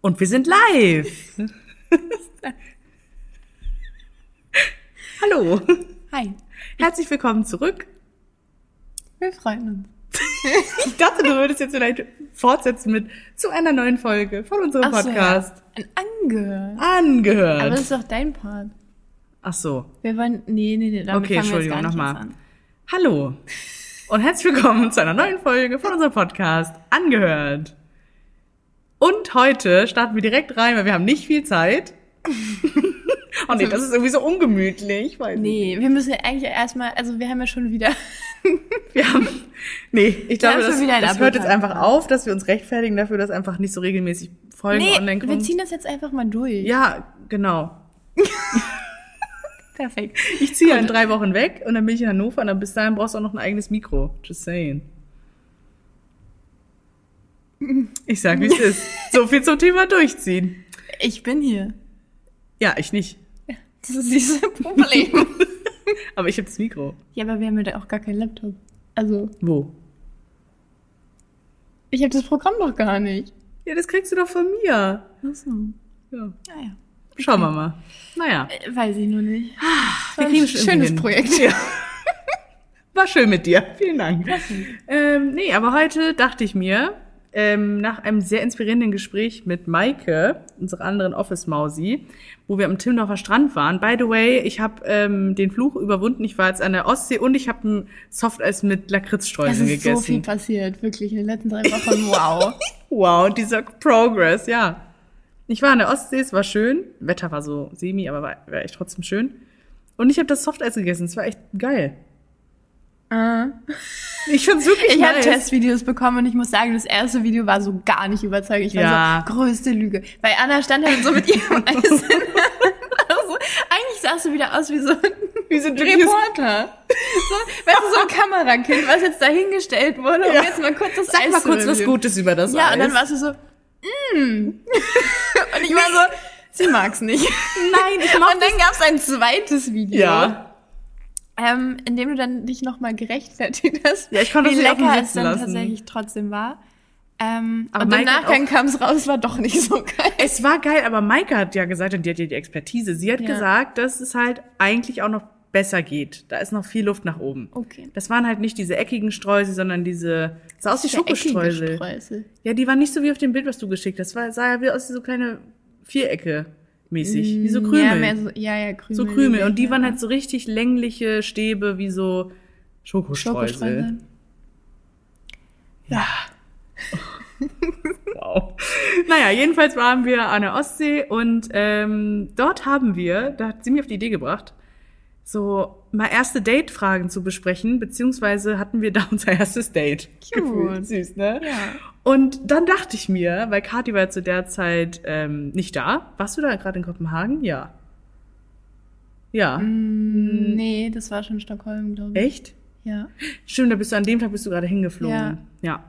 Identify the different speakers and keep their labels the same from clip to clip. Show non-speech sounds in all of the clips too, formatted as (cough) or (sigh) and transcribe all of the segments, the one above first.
Speaker 1: Und wir sind live. (laughs) Hallo.
Speaker 2: Hi,
Speaker 1: Herzlich willkommen zurück.
Speaker 2: wir freuen uns.
Speaker 1: Ich dachte, du würdest jetzt vielleicht fortsetzen mit zu einer neuen Folge von unserem
Speaker 2: Ach so,
Speaker 1: Podcast.
Speaker 2: ja. Ein Ange. Aber das
Speaker 1: Angehört.
Speaker 2: ist doch dein Part.
Speaker 1: Ach so.
Speaker 2: Wir wollen, nee, nee, nee, damit
Speaker 1: Okay,
Speaker 2: fangen wir jetzt
Speaker 1: Entschuldigung,
Speaker 2: gar nicht
Speaker 1: nochmal.
Speaker 2: erst an.
Speaker 1: Hallo. Und herzlich willkommen zu einer neuen Folge von unserem Podcast Angehört. Und heute starten wir direkt rein, weil wir haben nicht viel (laughs) Zeit. oh nee, das ist irgendwie so ungemütlich. Weiß ich
Speaker 2: Nee, wir müssen ja eigentlich erstmal, also wir haben ja schon wieder,
Speaker 1: Wir haben, nee, ich glaube,
Speaker 2: haben schon
Speaker 1: das,
Speaker 2: wieder einen
Speaker 1: das hört jetzt
Speaker 2: Upload
Speaker 1: einfach auf, dass wir uns rechtfertigen dafür, dass einfach nicht so regelmäßig Folgen
Speaker 2: nee,
Speaker 1: online
Speaker 2: wir
Speaker 1: kommen.
Speaker 2: ziehen das jetzt einfach mal durch.
Speaker 1: Ja, genau.
Speaker 2: Perfekt.
Speaker 1: Ich ziehe ja in drei Wochen weg und dann bin ich in Hannover und dann bis dahin brauchst du auch noch ein eigenes Mikro. Just saying. Ich sag, wie es
Speaker 2: (laughs)
Speaker 1: ist. So viel zum Thema durchziehen.
Speaker 2: Ich bin hier.
Speaker 1: Ja, ich nicht.
Speaker 2: Das ist
Speaker 1: (laughs)
Speaker 2: dieses Problem.
Speaker 1: Aber ich habe das Mikro.
Speaker 2: ja, aber wir haben ja da auch gar keinen Laptop. Also,
Speaker 1: Wo?
Speaker 2: ich habe das Programm doch gar nicht.
Speaker 1: Ja, das kriegst du doch von mir.
Speaker 2: Ach so.
Speaker 1: Ja.
Speaker 2: Naja.
Speaker 1: Schauen wir mal. Naja.
Speaker 2: Äh, Weiß ich nur nicht.
Speaker 1: Ah, (laughs) Wir
Speaker 2: War ein
Speaker 1: kriegen schon irgendwie
Speaker 2: schönes
Speaker 1: hin.
Speaker 2: Projekt.
Speaker 1: (laughs) War schön mit dir. Vielen Dank. Ähm, nee, aber heute dachte ich mir, ähm, nach einem sehr inspirierenden Gespräch mit Maike, unserer anderen Office-Mausi, wo wir am Timmendorfer Strand waren. By the way, ich habe ähm, den Fluch überwunden. Ich war jetzt an der Ostsee und ich habe ein Softeis mit
Speaker 2: Es
Speaker 1: Lakritzstreuseln
Speaker 2: ist so viel
Speaker 1: gegessen.
Speaker 2: passiert, wirklich, in den letzten drei Wochen.
Speaker 1: (laughs)
Speaker 2: Wow.
Speaker 1: wow, und dieser Progress, ja. Ich war an der Ostsee, es war schön. Wetter war so semi, aber war, war echt trotzdem schön. Und ich habe das Softeis gegessen. Es war echt geil.
Speaker 2: Ah.
Speaker 1: Ich fand's wirklich
Speaker 2: Ich habe
Speaker 1: nice.
Speaker 2: Testvideos bekommen und ich muss sagen, das erste Video war so gar nicht überzeugend. Ich
Speaker 1: Ja.
Speaker 2: war so, größte Lüge. Weil Anna stand halt so
Speaker 1: (laughs)
Speaker 2: mit ihrem Eis (laughs) in der Hand. also, Eigentlich sahst du wieder aus wie so ein
Speaker 1: Wie so ein dreckiges
Speaker 2: Reporter. So, weißt du, so ein Kamerakind, was jetzt dahingestellt wurde, um
Speaker 1: Ja.
Speaker 2: jetzt mal kurz das
Speaker 1: Sag
Speaker 2: Eis
Speaker 1: mal
Speaker 2: zu
Speaker 1: kurz was
Speaker 2: reviewen.
Speaker 1: Gutes über das
Speaker 2: Ja,
Speaker 1: Eis.
Speaker 2: und dann warst du so, mm. Und ich war so, sie mag's nicht.
Speaker 1: (laughs) Nein, ich
Speaker 2: Und dann gab's ein zweites Video.
Speaker 1: Ja.
Speaker 2: Ähm, indem du dann dich nochmal gerechtfertigt hast,
Speaker 1: Ja, ich konnte
Speaker 2: wie
Speaker 1: das nicht auf
Speaker 2: lecker
Speaker 1: mich
Speaker 2: es
Speaker 1: sitzen
Speaker 2: dann
Speaker 1: lassen.
Speaker 2: tatsächlich trotzdem war. Ähm,
Speaker 1: Aber
Speaker 2: und im
Speaker 1: Mike hat
Speaker 2: Nachgang kam's raus, war doch nicht so geil.
Speaker 1: Es war geil, aber Maike hat ja gesagt, und die hat ja die Expertise, sie hat
Speaker 2: Ja.
Speaker 1: gesagt, dass es halt eigentlich auch noch besser geht. Da ist noch viel Luft nach oben.
Speaker 2: Okay.
Speaker 1: Das waren halt nicht diese eckigen Streusel, sondern diese, sah aus wie Schokostreusel.
Speaker 2: Streusel.
Speaker 1: Ja, die waren nicht so wie auf dem Bild, was du geschickt hast. War, sah ja wie aus wie so kleine Vierecke mäßig, wie so Krümel.
Speaker 2: Mm, Ja, mehr so, ja, ja, Krümel.
Speaker 1: so Krümel. Und die
Speaker 2: ja.
Speaker 1: waren halt so richtig längliche Stäbe wie so Schokostreusel.
Speaker 2: Schokostreusel. Ja.
Speaker 1: Wow. (laughs) Naja, jedenfalls waren wir an der Ostsee und ähm, dort haben wir, da hat sie mich auf die Idee gebracht, so mal erste Date-Fragen zu besprechen, beziehungsweise hatten wir da (laughs) unser erstes Date.
Speaker 2: Cute.
Speaker 1: Gefühlt. Süß, ne?
Speaker 2: Ja.
Speaker 1: Und dann dachte ich mir, weil Kathi war zu der Zeit ähm, nicht da. Warst du da gerade in Kopenhagen? Ja. Ja.
Speaker 2: Mm, nee, das war schon Stockholm, glaube ich.
Speaker 1: Echt?
Speaker 2: Ja.
Speaker 1: Stimmt, da bist du an dem Tag bist du gerade hingeflogen. Ja.
Speaker 2: Ja.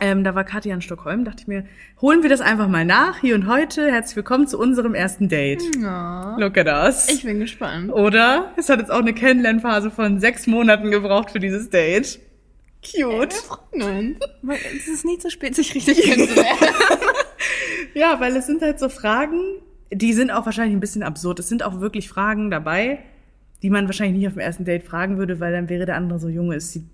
Speaker 1: Ähm, da war Katja in Stockholm, dachte ich mir, holen wir das einfach mal nach, hier und heute. Herzlich willkommen zu unserem ersten Date.
Speaker 2: Ja.
Speaker 1: Look at us.
Speaker 2: Mhm. Ich bin gespannt.
Speaker 1: Oh. Oder? Es hat jetzt auch eine Kennenlernphase von sechs Monaten gebraucht für dieses Date.
Speaker 2: Wir
Speaker 1: Cute.
Speaker 2: freuen uns. Es ist nie zu spät, sich (laughs) richtig kennenzulernen.
Speaker 1: Ja, weil es sind halt so Fragen, die sind auch wahrscheinlich ein bisschen absurd. Es sind auch wirklich Fragen dabei, die man wahrscheinlich nicht auf dem ersten Date fragen würde, weil dann wäre der andere so, Junge, ist sie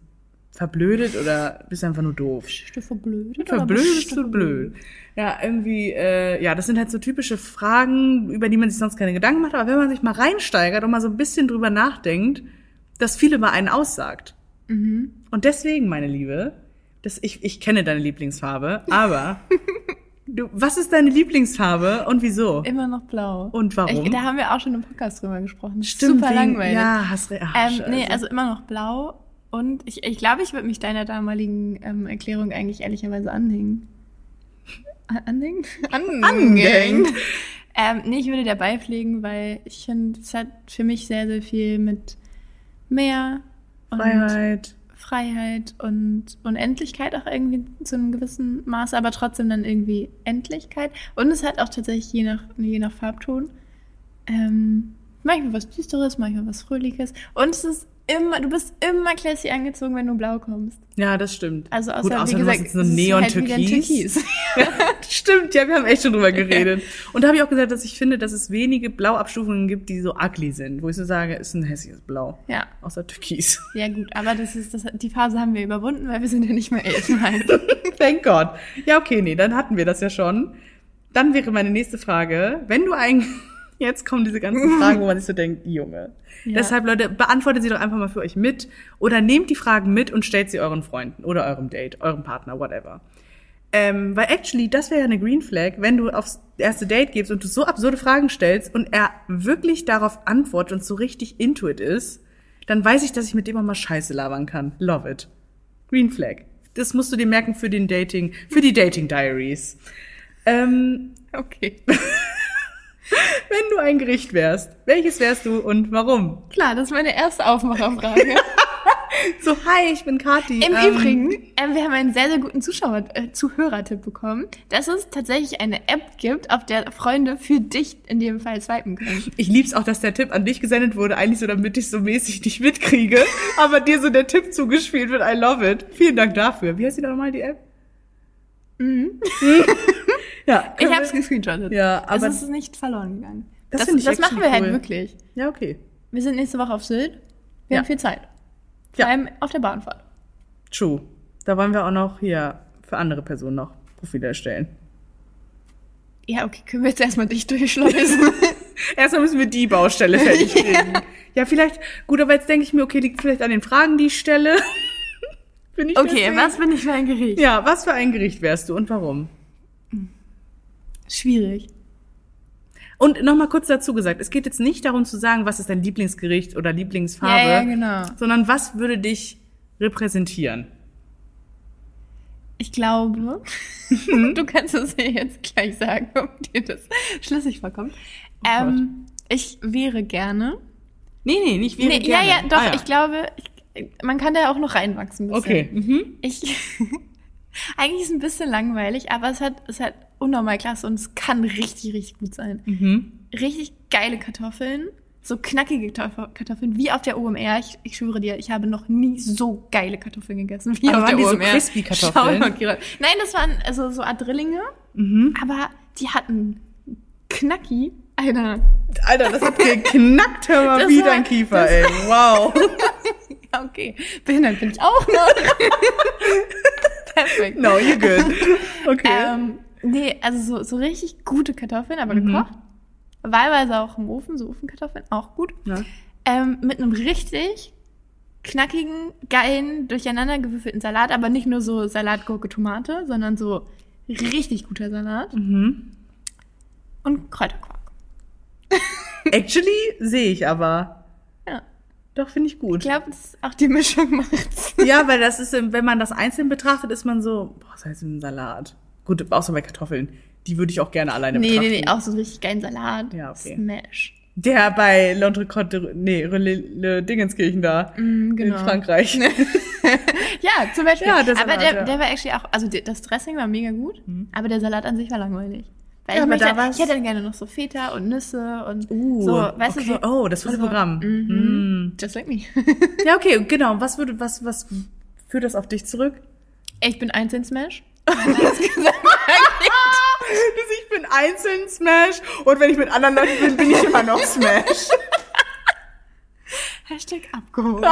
Speaker 1: verblödet oder bist du einfach nur doof?
Speaker 2: Bist du verblödet? oder
Speaker 1: Verblödest
Speaker 2: bist
Speaker 1: du blöd. Ja, irgendwie, äh, ja, das sind halt so typische Fragen, über die man sich sonst keine Gedanken macht, aber wenn man sich mal reinsteigert und mal so ein bisschen drüber nachdenkt, dass viel über einen aussagt.
Speaker 2: Mhm.
Speaker 1: Und deswegen, meine Liebe, das, ich, ich kenne deine Lieblingsfarbe,
Speaker 2: (laughs)
Speaker 1: aber du, was ist deine Lieblingsfarbe und wieso?
Speaker 2: Immer noch blau.
Speaker 1: Und warum?
Speaker 2: Ich, da haben wir auch schon im Podcast drüber gesprochen.
Speaker 1: Stimmt,
Speaker 2: Super
Speaker 1: wegen-
Speaker 2: langweilig.
Speaker 1: Ja, hast recht. Ach,
Speaker 2: ähm, nee,
Speaker 1: scheiße.
Speaker 2: also immer noch blau. Und ich ich, glaube, ich würde mich deiner damaligen ähm, Erklärung eigentlich ehrlicherweise anhängen. A- Anhängen? (laughs) Anhängen.
Speaker 1: Angehängt.
Speaker 2: Ähm, nee, ich würde dir beipflegen, weil ich finde, es hat für mich sehr, sehr viel mit Meer und
Speaker 1: Freiheit.
Speaker 2: Freiheit und Unendlichkeit auch irgendwie zu einem gewissen Maße, aber trotzdem dann irgendwie Endlichkeit. Und es hat auch tatsächlich je nach, je nach Farbton ähm, manchmal was Düsteres, manchmal was Fröhliches. Und es ist immer, du bist immer classy angezogen, wenn du blau kommst.
Speaker 1: Ja, das stimmt.
Speaker 2: Also außer,
Speaker 1: Gut, außer
Speaker 2: wie
Speaker 1: du
Speaker 2: gesagt,
Speaker 1: machst jetzt so
Speaker 2: es ist
Speaker 1: Neon-Türkis.
Speaker 2: Halt wieder Türkis.
Speaker 1: (laughs) Stimmt, ja, wir haben echt schon
Speaker 2: (laughs)
Speaker 1: drüber geredet. Und da habe ich auch gesagt, dass ich finde, dass es wenige Blauabstufungen gibt, die so ugly sind, wo ich so sage, ist ein hässliches Blau.
Speaker 2: ja,
Speaker 1: Außer Türkis.
Speaker 2: ja gut, aber das ist das, die Phase haben wir überwunden, weil wir sind ja nicht mehr elfenreif.
Speaker 1: (laughs) Thank God. Ja, okay, nee, dann hatten wir das ja schon. Dann wäre meine nächste Frage, wenn du eigentlich, (laughs) jetzt kommen diese ganzen Fragen, wo man sich so denkt, Junge.
Speaker 2: Ja.
Speaker 1: Deshalb, Leute, beantwortet sie doch einfach mal für euch mit oder nehmt die Fragen mit und stellt sie euren Freunden oder eurem Date, eurem Partner, whatever. Ähm, weil actually, das wäre ja eine Green Flag, wenn du aufs erste Date gibst und du so absurde Fragen stellst und er wirklich darauf antwortet und so richtig into it ist, dann weiß ich, dass ich mit dem auch mal Scheiße labern kann. Love it. Green Flag. Das musst du dir merken für den Dating, für die Dating Diaries. Ähm,
Speaker 2: Okay.
Speaker 1: wenn du ein Gericht wärst, welches wärst du und warum?
Speaker 2: Klar, das ist meine erste Aufmacherfrage.
Speaker 1: So, hi, ich bin Kati.
Speaker 2: Im
Speaker 1: Ähm,
Speaker 2: Übrigen, äh, wir haben einen sehr, sehr guten Zuschauer, äh, Zuhörertipp bekommen, dass es tatsächlich eine App gibt, auf der Freunde für dich in dem Fall swipen können.
Speaker 1: Ich lieb's auch, dass der Tipp an dich gesendet wurde, eigentlich so, damit ich so mäßig nicht mitkriege, aber dir so der Tipp zugespielt wird. I love it. Vielen Dank dafür. Wie heißt die nochmal, die App? (laughs) ja,
Speaker 2: Mhm. Ich
Speaker 1: können
Speaker 2: habe es
Speaker 1: wir-
Speaker 2: gescreenshottet.
Speaker 1: Ja, aber-
Speaker 2: es ist nicht verloren gegangen.
Speaker 1: Das find ich
Speaker 2: das
Speaker 1: actually
Speaker 2: machen wir halt
Speaker 1: cool.
Speaker 2: wirklich.
Speaker 1: ja, okay.
Speaker 2: Wir sind nächste Woche auf Sylt. Wir
Speaker 1: Ja.
Speaker 2: haben viel Zeit. Vor
Speaker 1: Ja.
Speaker 2: allem auf der Bahnfahrt.
Speaker 1: True. Da wollen wir auch noch hier für andere Personen noch Profile erstellen.
Speaker 2: Ja, okay, können wir jetzt erstmal
Speaker 1: (laughs)
Speaker 2: dich durchschleusen.
Speaker 1: Erstmal müssen wir die Baustelle
Speaker 2: (laughs)
Speaker 1: fertig kriegen. ja. vielleicht, gut, aber jetzt denke ich mir, okay, liegt vielleicht an den Fragen, die ich stelle. (laughs) Bin ich deswegen-
Speaker 2: bin ich für ein Gericht?
Speaker 1: Ja, was für ein Gericht wärst du und warum?
Speaker 2: Schwierig.
Speaker 1: Und nochmal kurz dazu gesagt, es geht jetzt nicht darum zu sagen, was ist dein Lieblingsgericht oder Lieblingsfarbe,
Speaker 2: Ja, ja, genau.
Speaker 1: sondern was würde dich repräsentieren?
Speaker 2: Ich glaube,
Speaker 1: Mhm.
Speaker 2: (laughs) du kannst es mir jetzt gleich sagen, ob dir das schlüssig vorkommt.
Speaker 1: Oh
Speaker 2: Ähm, ich wäre gerne.
Speaker 1: Nee, nee, nicht wäre
Speaker 2: nee,
Speaker 1: gerne.
Speaker 2: Ja, ja, doch,
Speaker 1: Ah,
Speaker 2: ich glaube, ich, man kann da auch noch reinwachsen. ein bisschen.
Speaker 1: Okay. Mhm.
Speaker 2: Ich, (laughs) eigentlich ist es ein bisschen langweilig, aber es hat, es hat unnormal klasse und es kann richtig, richtig gut sein.
Speaker 1: Mhm.
Speaker 2: Richtig geile Kartoffeln. So knackige Kartoff- Kartoffeln, wie auf der OMR. Ich, ich schwöre dir, ich habe noch nie so geile Kartoffeln gegessen wie
Speaker 1: Aber
Speaker 2: auf
Speaker 1: waren
Speaker 2: der
Speaker 1: die so
Speaker 2: OMR.
Speaker 1: crispy Kartoffeln?
Speaker 2: Schau mal, Kira. Nein, das waren also so Art Drillinge.
Speaker 1: Mhm.
Speaker 2: Aber die hatten knacki, Alter.
Speaker 1: Alter, das hat geknackt, hör mal
Speaker 2: Das
Speaker 1: wie
Speaker 2: war-
Speaker 1: dein Kiefer,
Speaker 2: das-
Speaker 1: ey. Wow.
Speaker 2: Ja, okay. Behindert bin ich auch noch. (laughs) Perfekt.
Speaker 1: No, you're
Speaker 2: (laughs)
Speaker 1: good. Okay.
Speaker 2: Ähm, nee, also so, so richtig gute Kartoffeln, aber gekocht. Wahlweise auch im Ofen, so Ofenkartoffeln, auch gut.
Speaker 1: Ja.
Speaker 2: Ähm, mit einem richtig knackigen, geilen, durcheinander gewürfelten Salat, aber nicht nur so Salat, Gurke, Tomate, sondern so richtig guter Salat
Speaker 1: Mhm.
Speaker 2: und Kräuterquark.
Speaker 1: Actually sehe ich aber.
Speaker 2: Ja.
Speaker 1: Doch, finde ich gut.
Speaker 2: Ich glaube, auch die Mischung macht's.
Speaker 1: (laughs) Ja, weil das ist, wenn man das einzeln betrachtet, ist man so, boah, was heißt ein Salat? Gut, außer bei Kartoffeln. Die würde ich auch gerne alleine
Speaker 2: Nee, nee,
Speaker 1: betrachten.
Speaker 2: nee, auch so einen richtig geilen Salat.
Speaker 1: Ja, okay.
Speaker 2: Smash.
Speaker 1: Der bei L'Entrecote, nee, Relais- Le Dingenskirchen da.
Speaker 2: Mm, genau.
Speaker 1: In Frankreich.
Speaker 2: (laughs) Ja, zum Beispiel.
Speaker 1: Ja, der
Speaker 2: aber
Speaker 1: Salat,
Speaker 2: der,
Speaker 1: ja. Mhm.
Speaker 2: der war actually auch, also der- das Dressing war mega gut, aber der Salat an sich war langweilig. Weil
Speaker 1: Ja,
Speaker 2: ich,
Speaker 1: aber
Speaker 2: möchte,
Speaker 1: da war's-
Speaker 2: ich hätte dann gerne noch so Feta und Nüsse und
Speaker 1: Uh,
Speaker 2: so, weißt
Speaker 1: okay.
Speaker 2: du, so.
Speaker 1: Oh, das volle
Speaker 2: so-
Speaker 1: Programm. Mm.
Speaker 2: Mhm. Just like (laughs) me.
Speaker 1: Ja, okay, genau. Was würde, was, was führt das auf dich zurück? (laughs)
Speaker 2: ich bin einzeln Smash.
Speaker 1: Ich bin einzeln Smash und wenn ich mit anderen Leuten bin, bin ich immer noch Smash. (laughs)
Speaker 2: Hashtag abgeholt.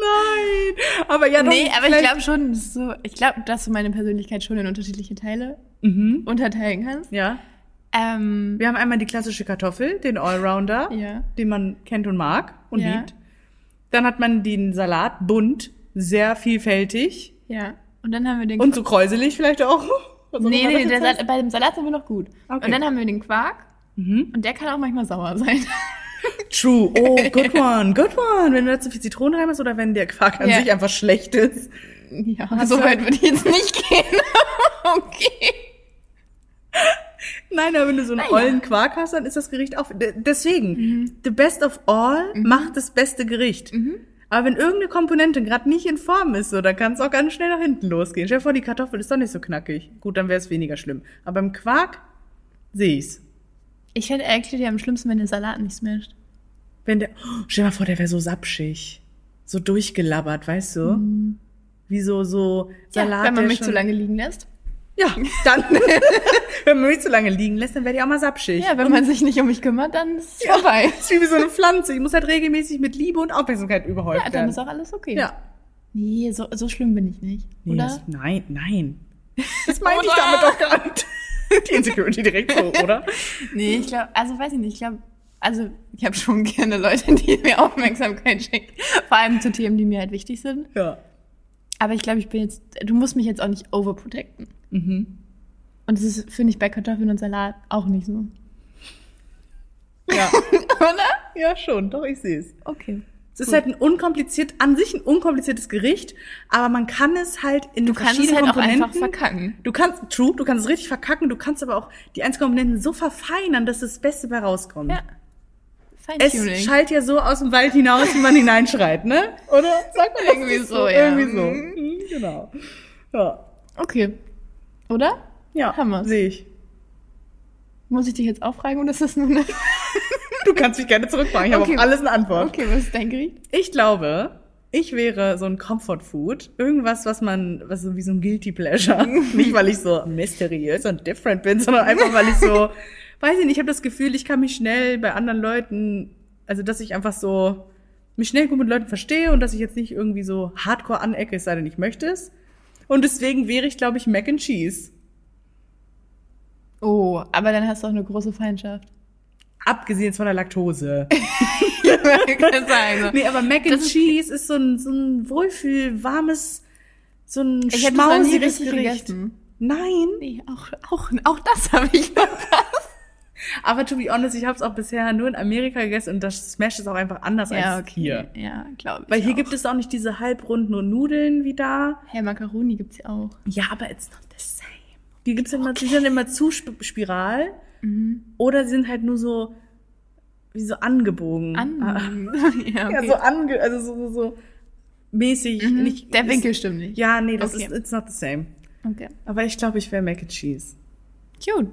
Speaker 1: Nein. Aber ja, doch,
Speaker 2: nee, aber ich
Speaker 1: vielleicht-
Speaker 2: glaube schon, das ist so, ich glaube, dass du meine Persönlichkeit schon in unterschiedliche Teile
Speaker 1: Mhm.
Speaker 2: unterteilen kannst.
Speaker 1: Ja.
Speaker 2: Ähm,
Speaker 1: Wir haben einmal die klassische Kartoffel, den Allrounder,
Speaker 2: Ja.
Speaker 1: den man kennt und mag und
Speaker 2: Ja.
Speaker 1: liebt. Dann hat man den Salat bunt, sehr vielfältig
Speaker 2: ja. Und dann haben wir den
Speaker 1: und so kräuselig vielleicht auch. (laughs) Was auch
Speaker 2: Nee,
Speaker 1: immer das
Speaker 2: nee,
Speaker 1: jetzt
Speaker 2: der
Speaker 1: heißt.
Speaker 2: Salat, bei dem Salat sind wir noch gut.
Speaker 1: Okay.
Speaker 2: Und dann haben wir den Quark.
Speaker 1: Mhm.
Speaker 2: Und der kann auch manchmal sauer sein. (laughs)
Speaker 1: True. Oh, good one, good one. Wenn du da zu viel Zitrone rein hast oder wenn der Quark an
Speaker 2: Ja.
Speaker 1: sich einfach schlecht ist.
Speaker 2: ja, so weit würde ich jetzt nicht (laughs) gehen. okay.
Speaker 1: Nein, aber wenn du so einen
Speaker 2: Naja.
Speaker 1: ollen Quark hast, dann ist das Gericht auch. D- Deswegen,
Speaker 2: Mhm.
Speaker 1: the best of all macht das beste Gericht. Aber wenn irgendeine Komponente gerade nicht in Form ist, so, dann kann es auch ganz schnell nach hinten losgehen. Stell dir vor, die Kartoffel ist doch nicht so knackig. Gut, dann wäre es weniger schlimm. Aber im Quark sehe ich's.
Speaker 2: Ich fände eigentlich ja am schlimmsten, wenn der Salat nicht smasht.
Speaker 1: wenn der, oh, stell dir mal vor, der wäre so sapschig. So durchgelabbert, weißt du?
Speaker 2: Mhm.
Speaker 1: Wie so, so Salat.
Speaker 2: ja, wenn man
Speaker 1: der
Speaker 2: mich
Speaker 1: schon-
Speaker 2: zu lange liegen lässt.
Speaker 1: Ja, dann. (laughs) wenn man mich zu lange liegen lässt, dann werde ich auch mal sapschig.
Speaker 2: Ja, wenn man sich nicht um mich kümmert, dann ist es vorbei.
Speaker 1: Das ist wie so eine Pflanze. Ich muss halt regelmäßig mit Liebe und Aufmerksamkeit überhäuft
Speaker 2: Ja, dann
Speaker 1: werden.
Speaker 2: ist auch alles okay.
Speaker 1: ja.
Speaker 2: Nee, so, so schlimm bin ich nicht.
Speaker 1: Nee,
Speaker 2: oder?
Speaker 1: das, nein, nein. Das meinte ich
Speaker 2: Oder?
Speaker 1: damit doch gar nicht. (laughs) Die Insecurity direkt so, oder?
Speaker 2: (laughs) Nee, ich glaube, also weiß ich nicht, ich glaube, also ich habe schon (laughs) gerne Leute, die mir Aufmerksamkeit schenken. Vor allem zu Themen, die mir halt wichtig sind.
Speaker 1: Ja.
Speaker 2: Aber ich glaube, ich bin jetzt, du musst mich jetzt auch nicht overprotecten.
Speaker 1: Mhm.
Speaker 2: Und das ist, finde ich, bei Kartoffeln und Salat auch nicht so.
Speaker 1: Ja.
Speaker 2: (laughs) Oder?
Speaker 1: ja, schon. Doch, ich sehe es.
Speaker 2: Okay.
Speaker 1: Es ist
Speaker 2: Gut.
Speaker 1: halt ein unkompliziert, an sich ein unkompliziertes Gericht, aber man kann es halt in
Speaker 2: Du kannst es
Speaker 1: verschiedenen
Speaker 2: halt auch
Speaker 1: Komponenten.
Speaker 2: einfach verkacken.
Speaker 1: du kannst, true, du kannst es richtig verkacken, du kannst aber auch die einzelnen Komponenten so verfeinern, dass das Beste bei rauskommt.
Speaker 2: Ja.
Speaker 1: Es
Speaker 2: Feintuning.
Speaker 1: schallt ja so aus dem Wald hinaus, wie man hineinschreit, ne? Oder? Sagt man das
Speaker 2: Irgendwie
Speaker 1: nicht
Speaker 2: so, ja.
Speaker 1: Irgendwie so.
Speaker 2: Mhm.
Speaker 1: Mhm, genau. Ja.
Speaker 2: Okay. Oder?
Speaker 1: Ja.
Speaker 2: Haben wir's.
Speaker 1: Sehe ich.
Speaker 2: Muss ich dich jetzt auch fragen oder ist das nur eine...
Speaker 1: Du kannst mich gerne zurückfragen. Ich habe
Speaker 2: Okay.
Speaker 1: auf alles eine Antwort.
Speaker 2: (laughs) Okay, was ist dein Gericht?
Speaker 1: Ich glaube, ich wäre so ein Comfort Food. Irgendwas, was man, was so wie so ein Guilty Pleasure.
Speaker 2: (laughs)
Speaker 1: nicht, weil ich so mysteriös und different bin, sondern einfach, weil ich so, weiß ich nicht, ich habe das Gefühl, ich kann mich schnell bei anderen Leuten, also dass ich einfach so, mich schnell gut mit Leuten verstehe und dass ich jetzt nicht irgendwie so hardcore anecke, es sei denn, ich möchte es. Und deswegen wäre ich, glaube ich, Mac and Cheese.
Speaker 2: Oh, aber dann hast du auch eine große Feindschaft.
Speaker 1: (laughs) Abgesehen jetzt von der Laktose.
Speaker 2: (laughs) Kann sein. ne? so.
Speaker 1: Nee, aber Mac and
Speaker 2: Das ist-
Speaker 1: Cheese ist so ein, so ein Wohlfühl, warmes, so ein
Speaker 2: Ich hätte das noch nie
Speaker 1: schmausiges
Speaker 2: richtig
Speaker 1: Gericht.
Speaker 2: gegessen.
Speaker 1: Nein,
Speaker 2: Nee, auch, auch, auch das (laughs) habe ich noch.
Speaker 1: aber to be honest, ich habe es auch bisher nur in Amerika gegessen und das Smash ist auch einfach anders als hier.
Speaker 2: Ja, glaube ich
Speaker 1: Weil hier
Speaker 2: auch.
Speaker 1: gibt es auch nicht diese halbrunden und Nudeln wie da.
Speaker 2: Hey, Macaroni gibt's ja auch.
Speaker 1: Ja, aber it's not the same. Die gibt's immer, die sind immer zu sp spiral
Speaker 2: Mhm.
Speaker 1: oder sie sind halt nur so wie so angebogen.
Speaker 2: An.
Speaker 1: Ah,
Speaker 2: (laughs) ja,
Speaker 1: Ja,
Speaker 2: okay.
Speaker 1: so ange, also so, so, so mäßig.
Speaker 2: mhm.
Speaker 1: Nicht,
Speaker 2: Der Winkel stimmt nicht.
Speaker 1: Ja, nee, das
Speaker 2: Okay.
Speaker 1: ist it's not the same.
Speaker 2: Okay.
Speaker 1: Aber ich glaube, ich wäre Mac and Cheese.
Speaker 2: Cute.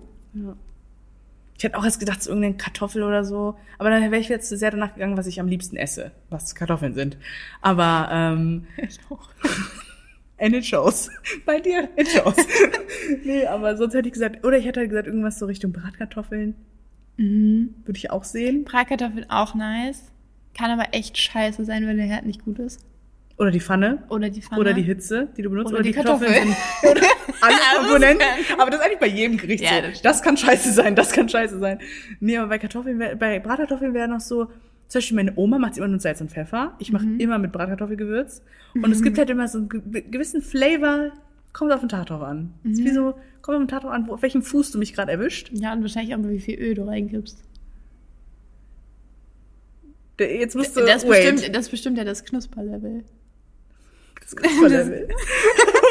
Speaker 1: Ich hätte auch erst gedacht, so irgendeine Kartoffel oder so. Aber dann wäre ich jetzt sehr danach gegangen, was ich am liebsten esse. Was Kartoffeln sind. Aber, ähm,
Speaker 2: Ich auch.
Speaker 1: and it shows. (laughs) Bei dir, it
Speaker 2: (laughs)
Speaker 1: shows. nee, aber sonst hätte ich gesagt, oder ich hätte halt gesagt, irgendwas so Richtung Bratkartoffeln.
Speaker 2: (laughs) Mhm.
Speaker 1: Würde ich auch sehen.
Speaker 2: Bratkartoffeln auch nice. Kann aber echt scheiße sein, wenn der Herd nicht gut ist.
Speaker 1: Oder die Pfanne.
Speaker 2: Oder die Pfanne.
Speaker 1: Oder die Hitze, die du benutzt.
Speaker 2: Oder die
Speaker 1: Kartoffeln. sind- oder alle
Speaker 2: Das ist
Speaker 1: Komponenten. Aber das ist eigentlich bei jedem Gericht so.
Speaker 2: Ja, das
Speaker 1: Das,
Speaker 2: stimmt.
Speaker 1: kann scheiße sein, das kann scheiße sein. Nee, aber bei Kartoffeln, wär- bei Bratkartoffeln wäre noch so, zum Beispiel meine Oma macht immer nur Salz und Pfeffer. Ich mache
Speaker 2: Mhm.
Speaker 1: immer mit Bratkartoffelgewürz. Und es gibt halt immer so einen ge- gewissen Flavor, kommt auf den Tag drauf an. Ist wie
Speaker 2: Mhm.
Speaker 1: so, kommt auf den Tag drauf an, wo, auf welchem Fuß du mich gerade erwischt.
Speaker 2: (laughs) Ja, und wahrscheinlich auch, wie viel Öl du reingibst.
Speaker 1: Der- Jetzt musst du,
Speaker 2: Das
Speaker 1: wait.
Speaker 2: bestimmt, das bestimmt ja das Knusperlevel.
Speaker 1: Das
Speaker 2: (laughs)
Speaker 1: Knusperlevel.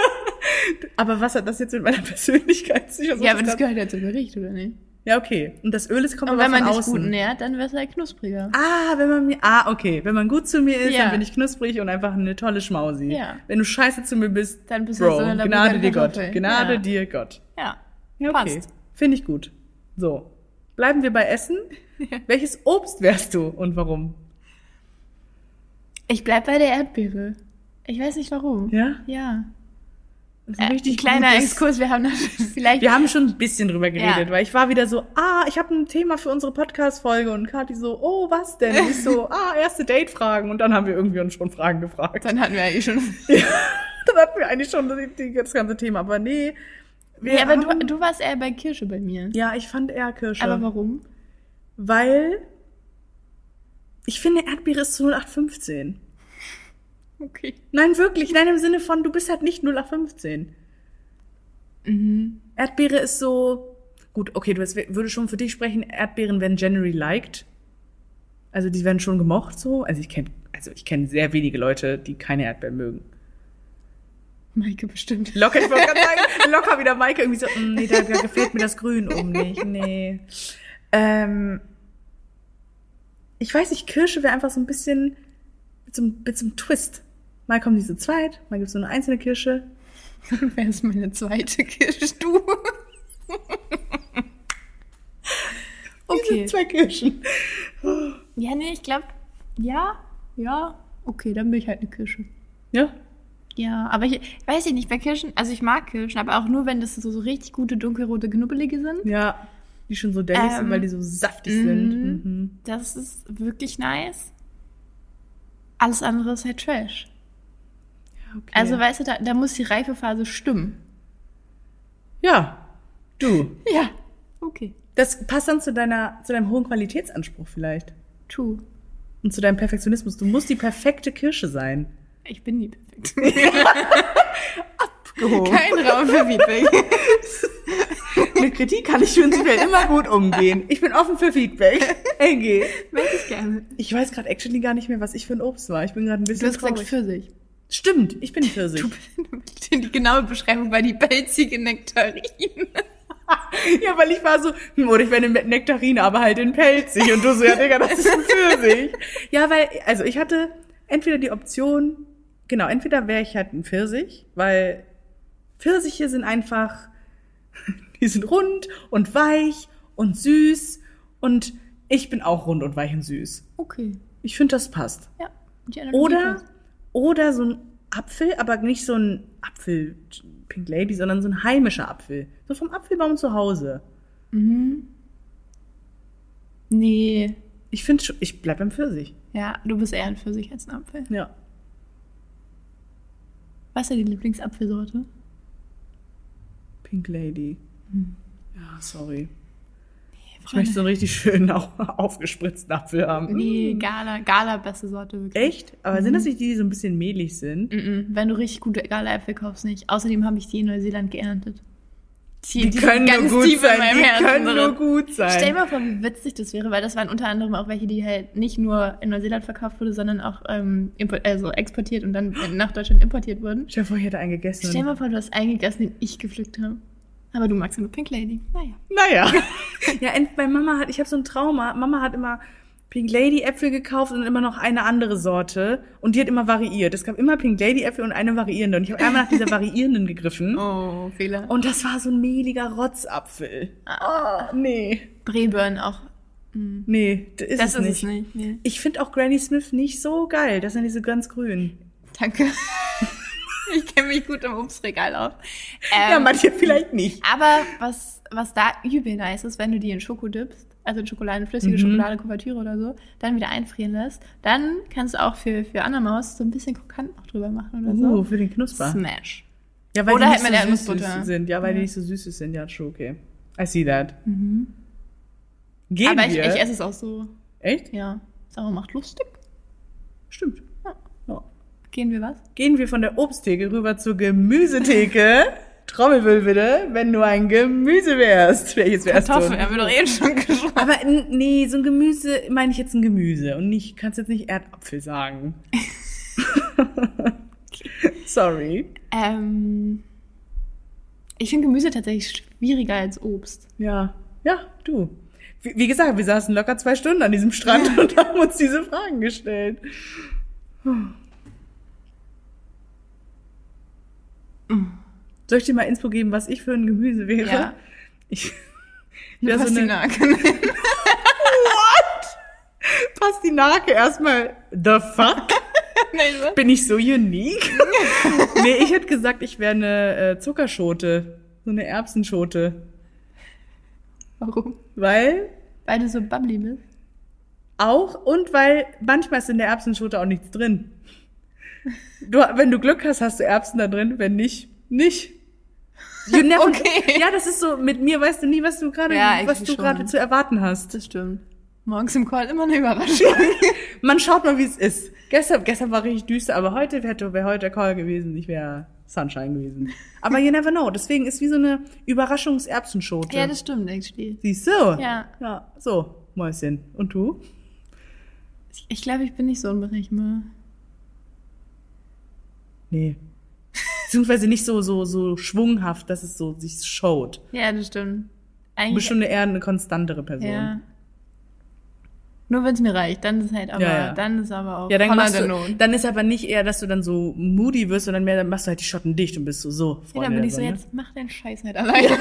Speaker 1: (laughs) aber was hat das jetzt mit meiner (laughs) Persönlichkeit zu tun?
Speaker 2: Ja, aber das
Speaker 1: grad-
Speaker 2: gehört ja zum Gericht, oder nicht?
Speaker 1: ja, okay. Und das Öl ist kommt
Speaker 2: Und
Speaker 1: aber
Speaker 2: wenn man
Speaker 1: von
Speaker 2: dich
Speaker 1: außen.
Speaker 2: gut nährt, dann wär's halt knuspriger.
Speaker 1: Ah, wenn man mir. Ah, okay. Wenn man gut zu mir ist,
Speaker 2: Ja.
Speaker 1: dann bin ich knusprig und einfach eine tolle Schmausi.
Speaker 2: Ja.
Speaker 1: Wenn du scheiße zu mir bist,
Speaker 2: Dann bist du
Speaker 1: Bro,
Speaker 2: so eine
Speaker 1: Gnade
Speaker 2: labbrige
Speaker 1: dir Gott.
Speaker 2: Kartoffel.
Speaker 1: Gnade
Speaker 2: Ja.
Speaker 1: dir Gott.
Speaker 2: Ja.
Speaker 1: Ja, okay.
Speaker 2: Passt.
Speaker 1: Finde ich gut. So. Bleiben wir bei
Speaker 2: (laughs)
Speaker 1: Essen. Welches Obst wärst du und warum?
Speaker 2: Ich bleib bei der Erdbeere. Ich weiß nicht warum.
Speaker 1: Ja?
Speaker 2: Ja.
Speaker 1: Das ist ein
Speaker 2: Äh,
Speaker 1: richtig
Speaker 2: kleiner
Speaker 1: gutes-
Speaker 2: Exkurs, wir
Speaker 1: (laughs)
Speaker 2: haben natürlich vielleicht.
Speaker 1: Wir haben schon ein bisschen drüber geredet,
Speaker 2: Ja.
Speaker 1: weil ich war wieder so, ah, ich habe ein Thema für unsere Podcast-Folge und Kathi so, oh, was denn? Und ich
Speaker 2: (laughs)
Speaker 1: so, ah, erste Date-Fragen und dann haben wir irgendwie uns schon Fragen gefragt.
Speaker 2: Dann hatten wir eigentlich schon.
Speaker 1: (laughs) Dann hatten wir eigentlich schon die, die, das ganze Thema, aber nee. wir
Speaker 2: Ja, aber
Speaker 1: haben-
Speaker 2: du, du warst eher bei Kirsche bei mir.
Speaker 1: ja, ich fand eher Kirsche.
Speaker 2: aber warum?
Speaker 1: weil ich finde, Erdbeere ist zu 0815.
Speaker 2: Okay.
Speaker 1: Nein, wirklich. Nein, im Sinne von, du bist halt nicht 0815.
Speaker 2: Mhm.
Speaker 1: Erdbeere ist so. Gut, okay, du das wär- würde schon für dich sprechen, Erdbeeren werden generally liked. Also die werden schon gemocht so. Also ich kenne also ich kenne sehr wenige Leute, die keine Erdbeeren mögen.
Speaker 2: Maike bestimmt. (laughs)
Speaker 1: Locker, ich wollte gerade sagen, locker wieder Maike irgendwie so, "Mm, nee, da da gefällt mir das Grün oben nicht, nee. Ähm, ich weiß nicht, Kirsche wäre einfach so ein bisschen mit so, einem- mit so einem Twist. Mal kommen die zu zweit, mal gibt's nur eine einzelne Kirsche.
Speaker 2: Wer ist meine zweite Kirsche? Du. (laughs)
Speaker 1: Diese
Speaker 2: okay.
Speaker 1: zwei Kirschen.
Speaker 2: Ja, nee, ich glaube, ja, ja. Okay, dann bin ich halt eine Kirsche.
Speaker 1: Ja?
Speaker 2: Ja, aber ich weiß ich nicht, bei Kirschen, also ich mag Kirschen, aber auch nur, wenn das so, so richtig gute dunkelrote Knubbelige sind.
Speaker 1: Ja. Die schon so dämlich sind,
Speaker 2: Ähm,
Speaker 1: weil die so saftig
Speaker 2: mhm.
Speaker 1: sind. Mhm.
Speaker 2: Das ist wirklich nice. Alles andere ist halt Trash.
Speaker 1: Ja, okay.
Speaker 2: Also, weißt du, da, da muss die Reifephase stimmen.
Speaker 1: ja. Du.
Speaker 2: Ja, okay.
Speaker 1: Das passt dann zu deiner, zu deinem hohen Qualitätsanspruch vielleicht.
Speaker 2: True.
Speaker 1: Und zu deinem Perfektionismus. Du musst die perfekte Kirsche sein.
Speaker 2: Ich bin nie (laughs) perfekt.
Speaker 1: Gehoben.
Speaker 2: Kein Raum für Feedback.
Speaker 1: Mit Kritik kann ich prinzipiell immer gut umgehen. Ich bin offen für Feedback. NG.
Speaker 2: Weiß ich gerne.
Speaker 1: Ich weiß gerade actually gar nicht mehr, was ich für ein Obst war. Ich bin gerade ein
Speaker 2: Du
Speaker 1: bisschen
Speaker 2: hast gesagt
Speaker 1: traurig.
Speaker 2: Pfirsich.
Speaker 1: Stimmt, ich bin ein Pfirsich.
Speaker 2: (laughs) Die genaue Beschreibung war die pelzige Nektarine.
Speaker 1: Ja, weil ich war so, hm, oder ich wäre eine Nektarine, aber halt in pelzig. Und du so, ja, Digga, das ist ein (laughs) Pfirsich. Ja, weil, also ich hatte entweder die Option, genau, entweder wäre ich halt ein Pfirsich, weil Pfirsiche sind einfach, (laughs) die sind rund und weich und süß. Und ich bin auch rund und weich und süß.
Speaker 2: Okay.
Speaker 1: Ich finde, das passt.
Speaker 2: Ja. die Analogie
Speaker 1: Oder,
Speaker 2: passt.
Speaker 1: oder so ein Apfel, aber nicht so ein Apfel Pink Lady, sondern so ein heimischer Apfel. So vom Apfelbaum zu Hause.
Speaker 2: Mhm. Nee.
Speaker 1: Ich finde, ich bleib beim Pfirsich.
Speaker 2: Ja, du bist eher ein Pfirsich als ein Apfel.
Speaker 1: Ja.
Speaker 2: Was ist ja die Lieblingsapfelsorte?
Speaker 1: Mm. Pink Lady.
Speaker 2: Hm.
Speaker 1: Ja, sorry. Ich
Speaker 2: Freunde.
Speaker 1: möchte so einen richtig schönen, au- aufgespritzten Apfel haben.
Speaker 2: Nee,
Speaker 1: Mm.
Speaker 2: Gala. Gala, beste Sorte wirklich.
Speaker 1: Echt? Aber sind
Speaker 2: Mhm.
Speaker 1: das nicht die, die so ein bisschen mehlig sind?
Speaker 2: Mhm. Wenn du richtig gute Gala-Äpfel kaufst, nicht. Außerdem habe ich die in Neuseeland geerntet.
Speaker 1: Die, können nur gut sein. Die können nur gut sein.
Speaker 2: Stell dir mal vor, wie witzig das wäre, weil das waren unter anderem auch welche, die halt nicht nur in Neuseeland verkauft wurde, sondern auch ähm, import, also exportiert und dann nach Deutschland importiert wurden.
Speaker 1: Stell dir vor, ich hätte einen gegessen.
Speaker 2: Stell dir mal vor, du hast einen gegessen, den ich gepflückt habe. Aber du magst ja nur Pink Lady. Naja.
Speaker 1: Naja. (laughs) ja, ent- bei Mama hat, ich habe so ein Trauma. Mama hat immer Pink Lady Äpfel gekauft und immer noch eine andere Sorte. Und die hat immer variiert. Es gab immer Pink Lady Äpfel und eine variierende. Und ich habe einmal nach dieser variierenden gegriffen.
Speaker 2: Oh, Fehler.
Speaker 1: Und das war so ein mehliger Rotzapfel. Oh.
Speaker 2: Ah.
Speaker 1: Nee.
Speaker 2: Breburn auch. Mhm.
Speaker 1: Nee, das ist,
Speaker 2: das
Speaker 1: es, nicht.
Speaker 2: nicht. Nee.
Speaker 1: Ich finde auch Granny Smith nicht so geil. Das sind diese ganz grünen.
Speaker 2: Danke. (laughs) ich kenne mich gut im Obstregal aus.
Speaker 1: ja,
Speaker 2: Ähm,
Speaker 1: manche vielleicht nicht.
Speaker 2: Aber was, was da übel nice ist, wenn du die in Schoko dippst, also in Schokolade, in flüssige
Speaker 1: Mhm.
Speaker 2: Schokolade, Kuvertüre oder so, dann wieder einfrieren lässt, dann kannst du auch für, für Anamaus so ein bisschen Krokant noch drüber machen oder
Speaker 1: Uh,
Speaker 2: so.
Speaker 1: für den Knusper.
Speaker 2: Smash.
Speaker 1: Ja, weil
Speaker 2: Oder
Speaker 1: die nicht
Speaker 2: halt mit der
Speaker 1: so süß
Speaker 2: Erdnussbutter.
Speaker 1: sind. Ja, weil die
Speaker 2: Ja.
Speaker 1: nicht so süß sind. Ja, true, okay. I see that.
Speaker 2: Mhm.
Speaker 1: Gehen
Speaker 2: Aber ich, ich
Speaker 1: wir.
Speaker 2: esse es auch so.
Speaker 1: Echt?
Speaker 2: Ja. Sauer macht lustig.
Speaker 1: Stimmt.
Speaker 2: Ja.
Speaker 1: Ja.
Speaker 2: Gehen wir was?
Speaker 1: Gehen wir von der Obsttheke rüber zur
Speaker 2: (laughs)
Speaker 1: Gemüsetheke. Trommelwirbel bitte, wenn du ein Gemüse wärst. Welches wärst
Speaker 2: Kartoffeln,
Speaker 1: du?
Speaker 2: haben wir doch eben schon (laughs) gesprochen.
Speaker 1: Aber n- nee, so ein Gemüse meine ich jetzt ein Gemüse und nicht, kannst jetzt nicht Erdapfel
Speaker 2: (laughs)
Speaker 1: sagen. (laughs) Sorry.
Speaker 2: Ähm, ich finde Gemüse tatsächlich schwieriger als Obst.
Speaker 1: Ja, ja, du. Wie, wie gesagt, wir saßen locker zwei Stunden an diesem Strand (laughs) und haben uns diese Fragen gestellt. Soll ich dir mal Info geben, was ich für ein Gemüse wäre?
Speaker 2: Ja.
Speaker 1: Ich
Speaker 2: (laughs) Eine
Speaker 1: wäre so eine
Speaker 2: Pastinake. (laughs)
Speaker 1: Pastinake erstmal. The fuck?
Speaker 2: (laughs) Nein, was?
Speaker 1: Bin ich so
Speaker 2: (laughs)
Speaker 1: unique? nee, ich hätte gesagt, ich wäre eine äh, Zuckerschote. So eine Erbsenschote.
Speaker 2: Warum?
Speaker 1: Weil
Speaker 2: Weil du so bubbly bist.
Speaker 1: Auch und weil manchmal ist in der Erbsenschote auch nichts drin. Du, wenn du Glück hast, hast du Erbsen da drin, wenn nicht, nicht.
Speaker 2: (laughs)
Speaker 1: You never,
Speaker 2: Okay.
Speaker 1: Ja, das ist so, mit mir weißt du nie, was du gerade,
Speaker 2: Ja, ich
Speaker 1: was du
Speaker 2: schon.
Speaker 1: gerade zu erwarten hast.
Speaker 2: Das stimmt. Morgens im Call immer eine Überraschung.
Speaker 1: Man schaut mal, wie es ist. Gestern, gestern war richtig düster, aber heute hätte, wäre heute der Call gewesen, ich wäre Sunshine gewesen. Aber you never know. Deswegen ist wie so eine Überraschungserbsenschote.
Speaker 2: (laughs) ja, das stimmt, actually.
Speaker 1: Siehst du?
Speaker 2: Ja.
Speaker 1: Ja, so, Mäuschen. Und du?
Speaker 2: Ich, ich glaube, ich bin nicht so unberechenbar.
Speaker 1: Nee. Beziehungsweise nicht so, so, so schwunghaft, dass es so sich showt.
Speaker 2: Ja, das stimmt.
Speaker 1: Du bist
Speaker 2: Eigentlich.
Speaker 1: schon eher eine konstantere Person.
Speaker 2: ja.
Speaker 1: Ja,
Speaker 2: Nur wenn es mir reicht, dann ist halt aber,
Speaker 1: Ja, ja.
Speaker 2: dann ist aber auch
Speaker 1: dann,
Speaker 2: Holler
Speaker 1: machst
Speaker 2: der
Speaker 1: du,
Speaker 2: Not.
Speaker 1: dann ist aber nicht eher, dass du dann so moody wirst, sondern mehr, dann machst du halt die Schotten dicht und bist so, so, ne?
Speaker 2: Ja,
Speaker 1: Freunde.
Speaker 2: dann bin
Speaker 1: der
Speaker 2: ich so,
Speaker 1: Sonne.
Speaker 2: jetzt mach deinen Scheiß halt alleine.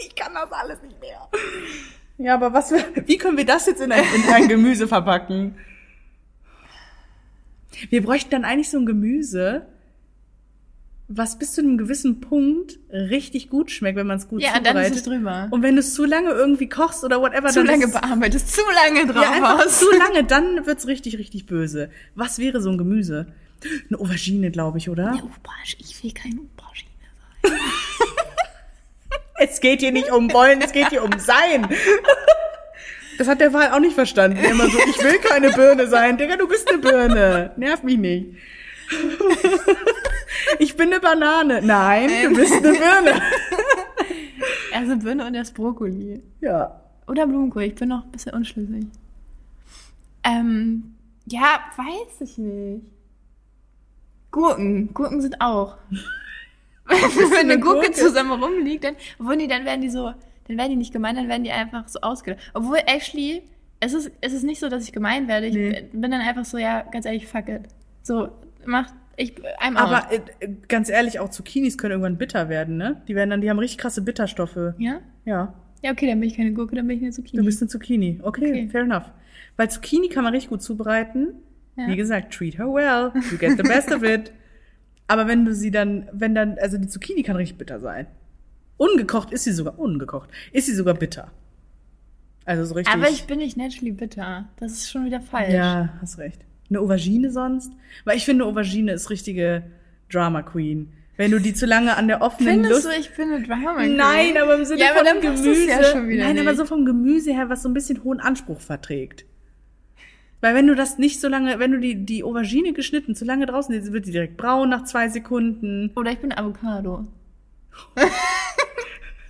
Speaker 1: Ich kann das alles nicht mehr. (laughs) Ja, aber was, wie können wir das jetzt in ein, in
Speaker 2: (laughs)
Speaker 1: ein Gemüse verpacken? Wir bräuchten dann eigentlich so ein Gemüse, was bis zu einem gewissen Punkt richtig gut schmeckt, wenn man es gut
Speaker 2: Ja,
Speaker 1: zubereitet.
Speaker 2: dann ist es drüber.
Speaker 1: Und wenn du es zu lange irgendwie kochst oder whatever,
Speaker 2: zu
Speaker 1: dann
Speaker 2: lange
Speaker 1: ist es,
Speaker 2: bearbeitest, zu lange drauf
Speaker 1: ja, einfach
Speaker 2: hast.
Speaker 1: zu lange, dann wird's richtig, richtig böse. Was wäre so ein Gemüse? Eine Aubergine, glaube ich, oder?
Speaker 2: Eine Aubergine, ich will keine Aubergine.
Speaker 1: Es geht hier nicht um wollen, es geht hier um
Speaker 2: (laughs)
Speaker 1: sein. Das hat der Wahl auch nicht verstanden. Der Immer so, ich will keine Birne sein. Digga, du bist eine Birne. Nerv mich nicht.
Speaker 2: (laughs)
Speaker 1: Ich bin eine Banane. Nein, du bist eine Birne.
Speaker 2: Also Birne und das Brokkoli.
Speaker 1: Ja.
Speaker 2: Oder Blumenkohl, ich bin noch ein bisschen unschlüssig. Ähm, ja, weiß ich nicht. Gurken, Gurken sind auch. (laughs) Wenn eine
Speaker 1: eine
Speaker 2: Gurke,
Speaker 1: Gurke?
Speaker 2: zusammen rumliegt, dann, obwohl die, dann werden die so, dann werden die nicht gemein, dann werden die einfach so ausgelacht. Obwohl, actually, es ist, es ist nicht so, dass ich gemein werde. Ich
Speaker 1: Nee.
Speaker 2: bin dann einfach so, ja, ganz ehrlich, fuck it. So, macht, ich, I'm out.
Speaker 1: Aber äh, äh, ganz ehrlich, auch Zucchinis können irgendwann bitter werden, ne? Die werden dann, die haben richtig krasse Bitterstoffe.
Speaker 2: Ja?
Speaker 1: Ja.
Speaker 2: Ja, okay, dann bin ich keine Gurke, dann bin ich eine Zucchini.
Speaker 1: Du bist eine Zucchini. Okay,
Speaker 2: Okay.
Speaker 1: fair enough. Weil Zucchini kann man richtig gut zubereiten.
Speaker 2: Ja.
Speaker 1: Wie gesagt, treat her well. You get the best of it. Aber wenn du sie dann, wenn dann, also die Zucchini kann richtig bitter sein. Ungekocht ist sie sogar, ungekocht ist sie sogar bitter. Also so richtig.
Speaker 2: Aber ich bin nicht naturally bitter. Das ist schon wieder falsch.
Speaker 1: Ja, hast recht. Eine Aubergine sonst? Weil ich finde, eine Aubergine ist richtige Drama Queen. Wenn du die zu lange an der offenen
Speaker 2: Findest
Speaker 1: Lust
Speaker 2: du, ich bin eine Drama Queen?
Speaker 1: Nein, aber im Sinne
Speaker 2: Ja, aber
Speaker 1: von
Speaker 2: dann passt es
Speaker 1: Gemüse.
Speaker 2: ja schon wieder
Speaker 1: nein, aber
Speaker 2: nicht.
Speaker 1: so vom Gemüse her, was so ein bisschen hohen Anspruch verträgt. Weil wenn du das nicht so lange, wenn du die, die Aubergine geschnitten zu lange draußen, lässt, wird die direkt braun nach zwei Sekunden.
Speaker 2: Oder ich bin Avocado.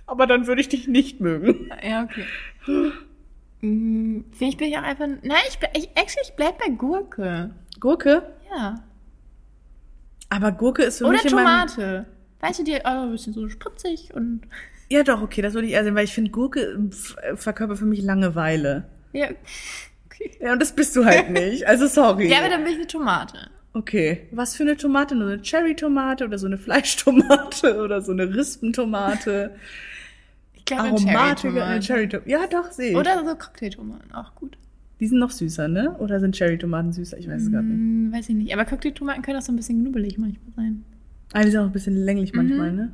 Speaker 1: Aber dann würde ich dich nicht mögen.
Speaker 2: Ja, okay. Hm, Vielleicht bin ich auch einfach. Nein, ich, ble- ich, actually, ich bleib bei Gurke.
Speaker 1: Gurke?
Speaker 2: Ja.
Speaker 1: Aber Gurke ist für
Speaker 2: Oder
Speaker 1: mich in meinem-
Speaker 2: Tomate. Weißt du, die oh, ein bisschen so spritzig und.
Speaker 1: Ja doch, okay, das würde ich eher sehen, weil ich finde, Gurke pf, äh, verkörpert für mich Langeweile.
Speaker 2: Ja. Okay.
Speaker 1: Ja, und das bist du
Speaker 2: (laughs)
Speaker 1: halt nicht. Also sorry.
Speaker 2: Ja, aber dann bin ich eine Tomate.
Speaker 1: Okay. Was für eine Tomate? Nur eine Cherry-Tomate oder so eine Fleischtomate (laughs) oder so eine Rispentomate?
Speaker 2: Ich glaube, eine
Speaker 1: Aromatige eine
Speaker 2: Cherry-Tomate.
Speaker 1: Cherry Tomate. Ja, doch, sehe ich.
Speaker 2: Oder so Cocktailtomaten, auch gut.
Speaker 1: Die sind noch süßer, ne? Oder sind Cherry Tomaten süßer? Ich weiß es gar nicht.
Speaker 2: Hm, weiß ich nicht. Aber Cocktailtomaten können auch so ein bisschen knubbelig manchmal
Speaker 1: (laughs)
Speaker 2: sein.
Speaker 1: Ah, die sind auch ein bisschen länglich manchmal,
Speaker 2: Mhm.
Speaker 1: ne?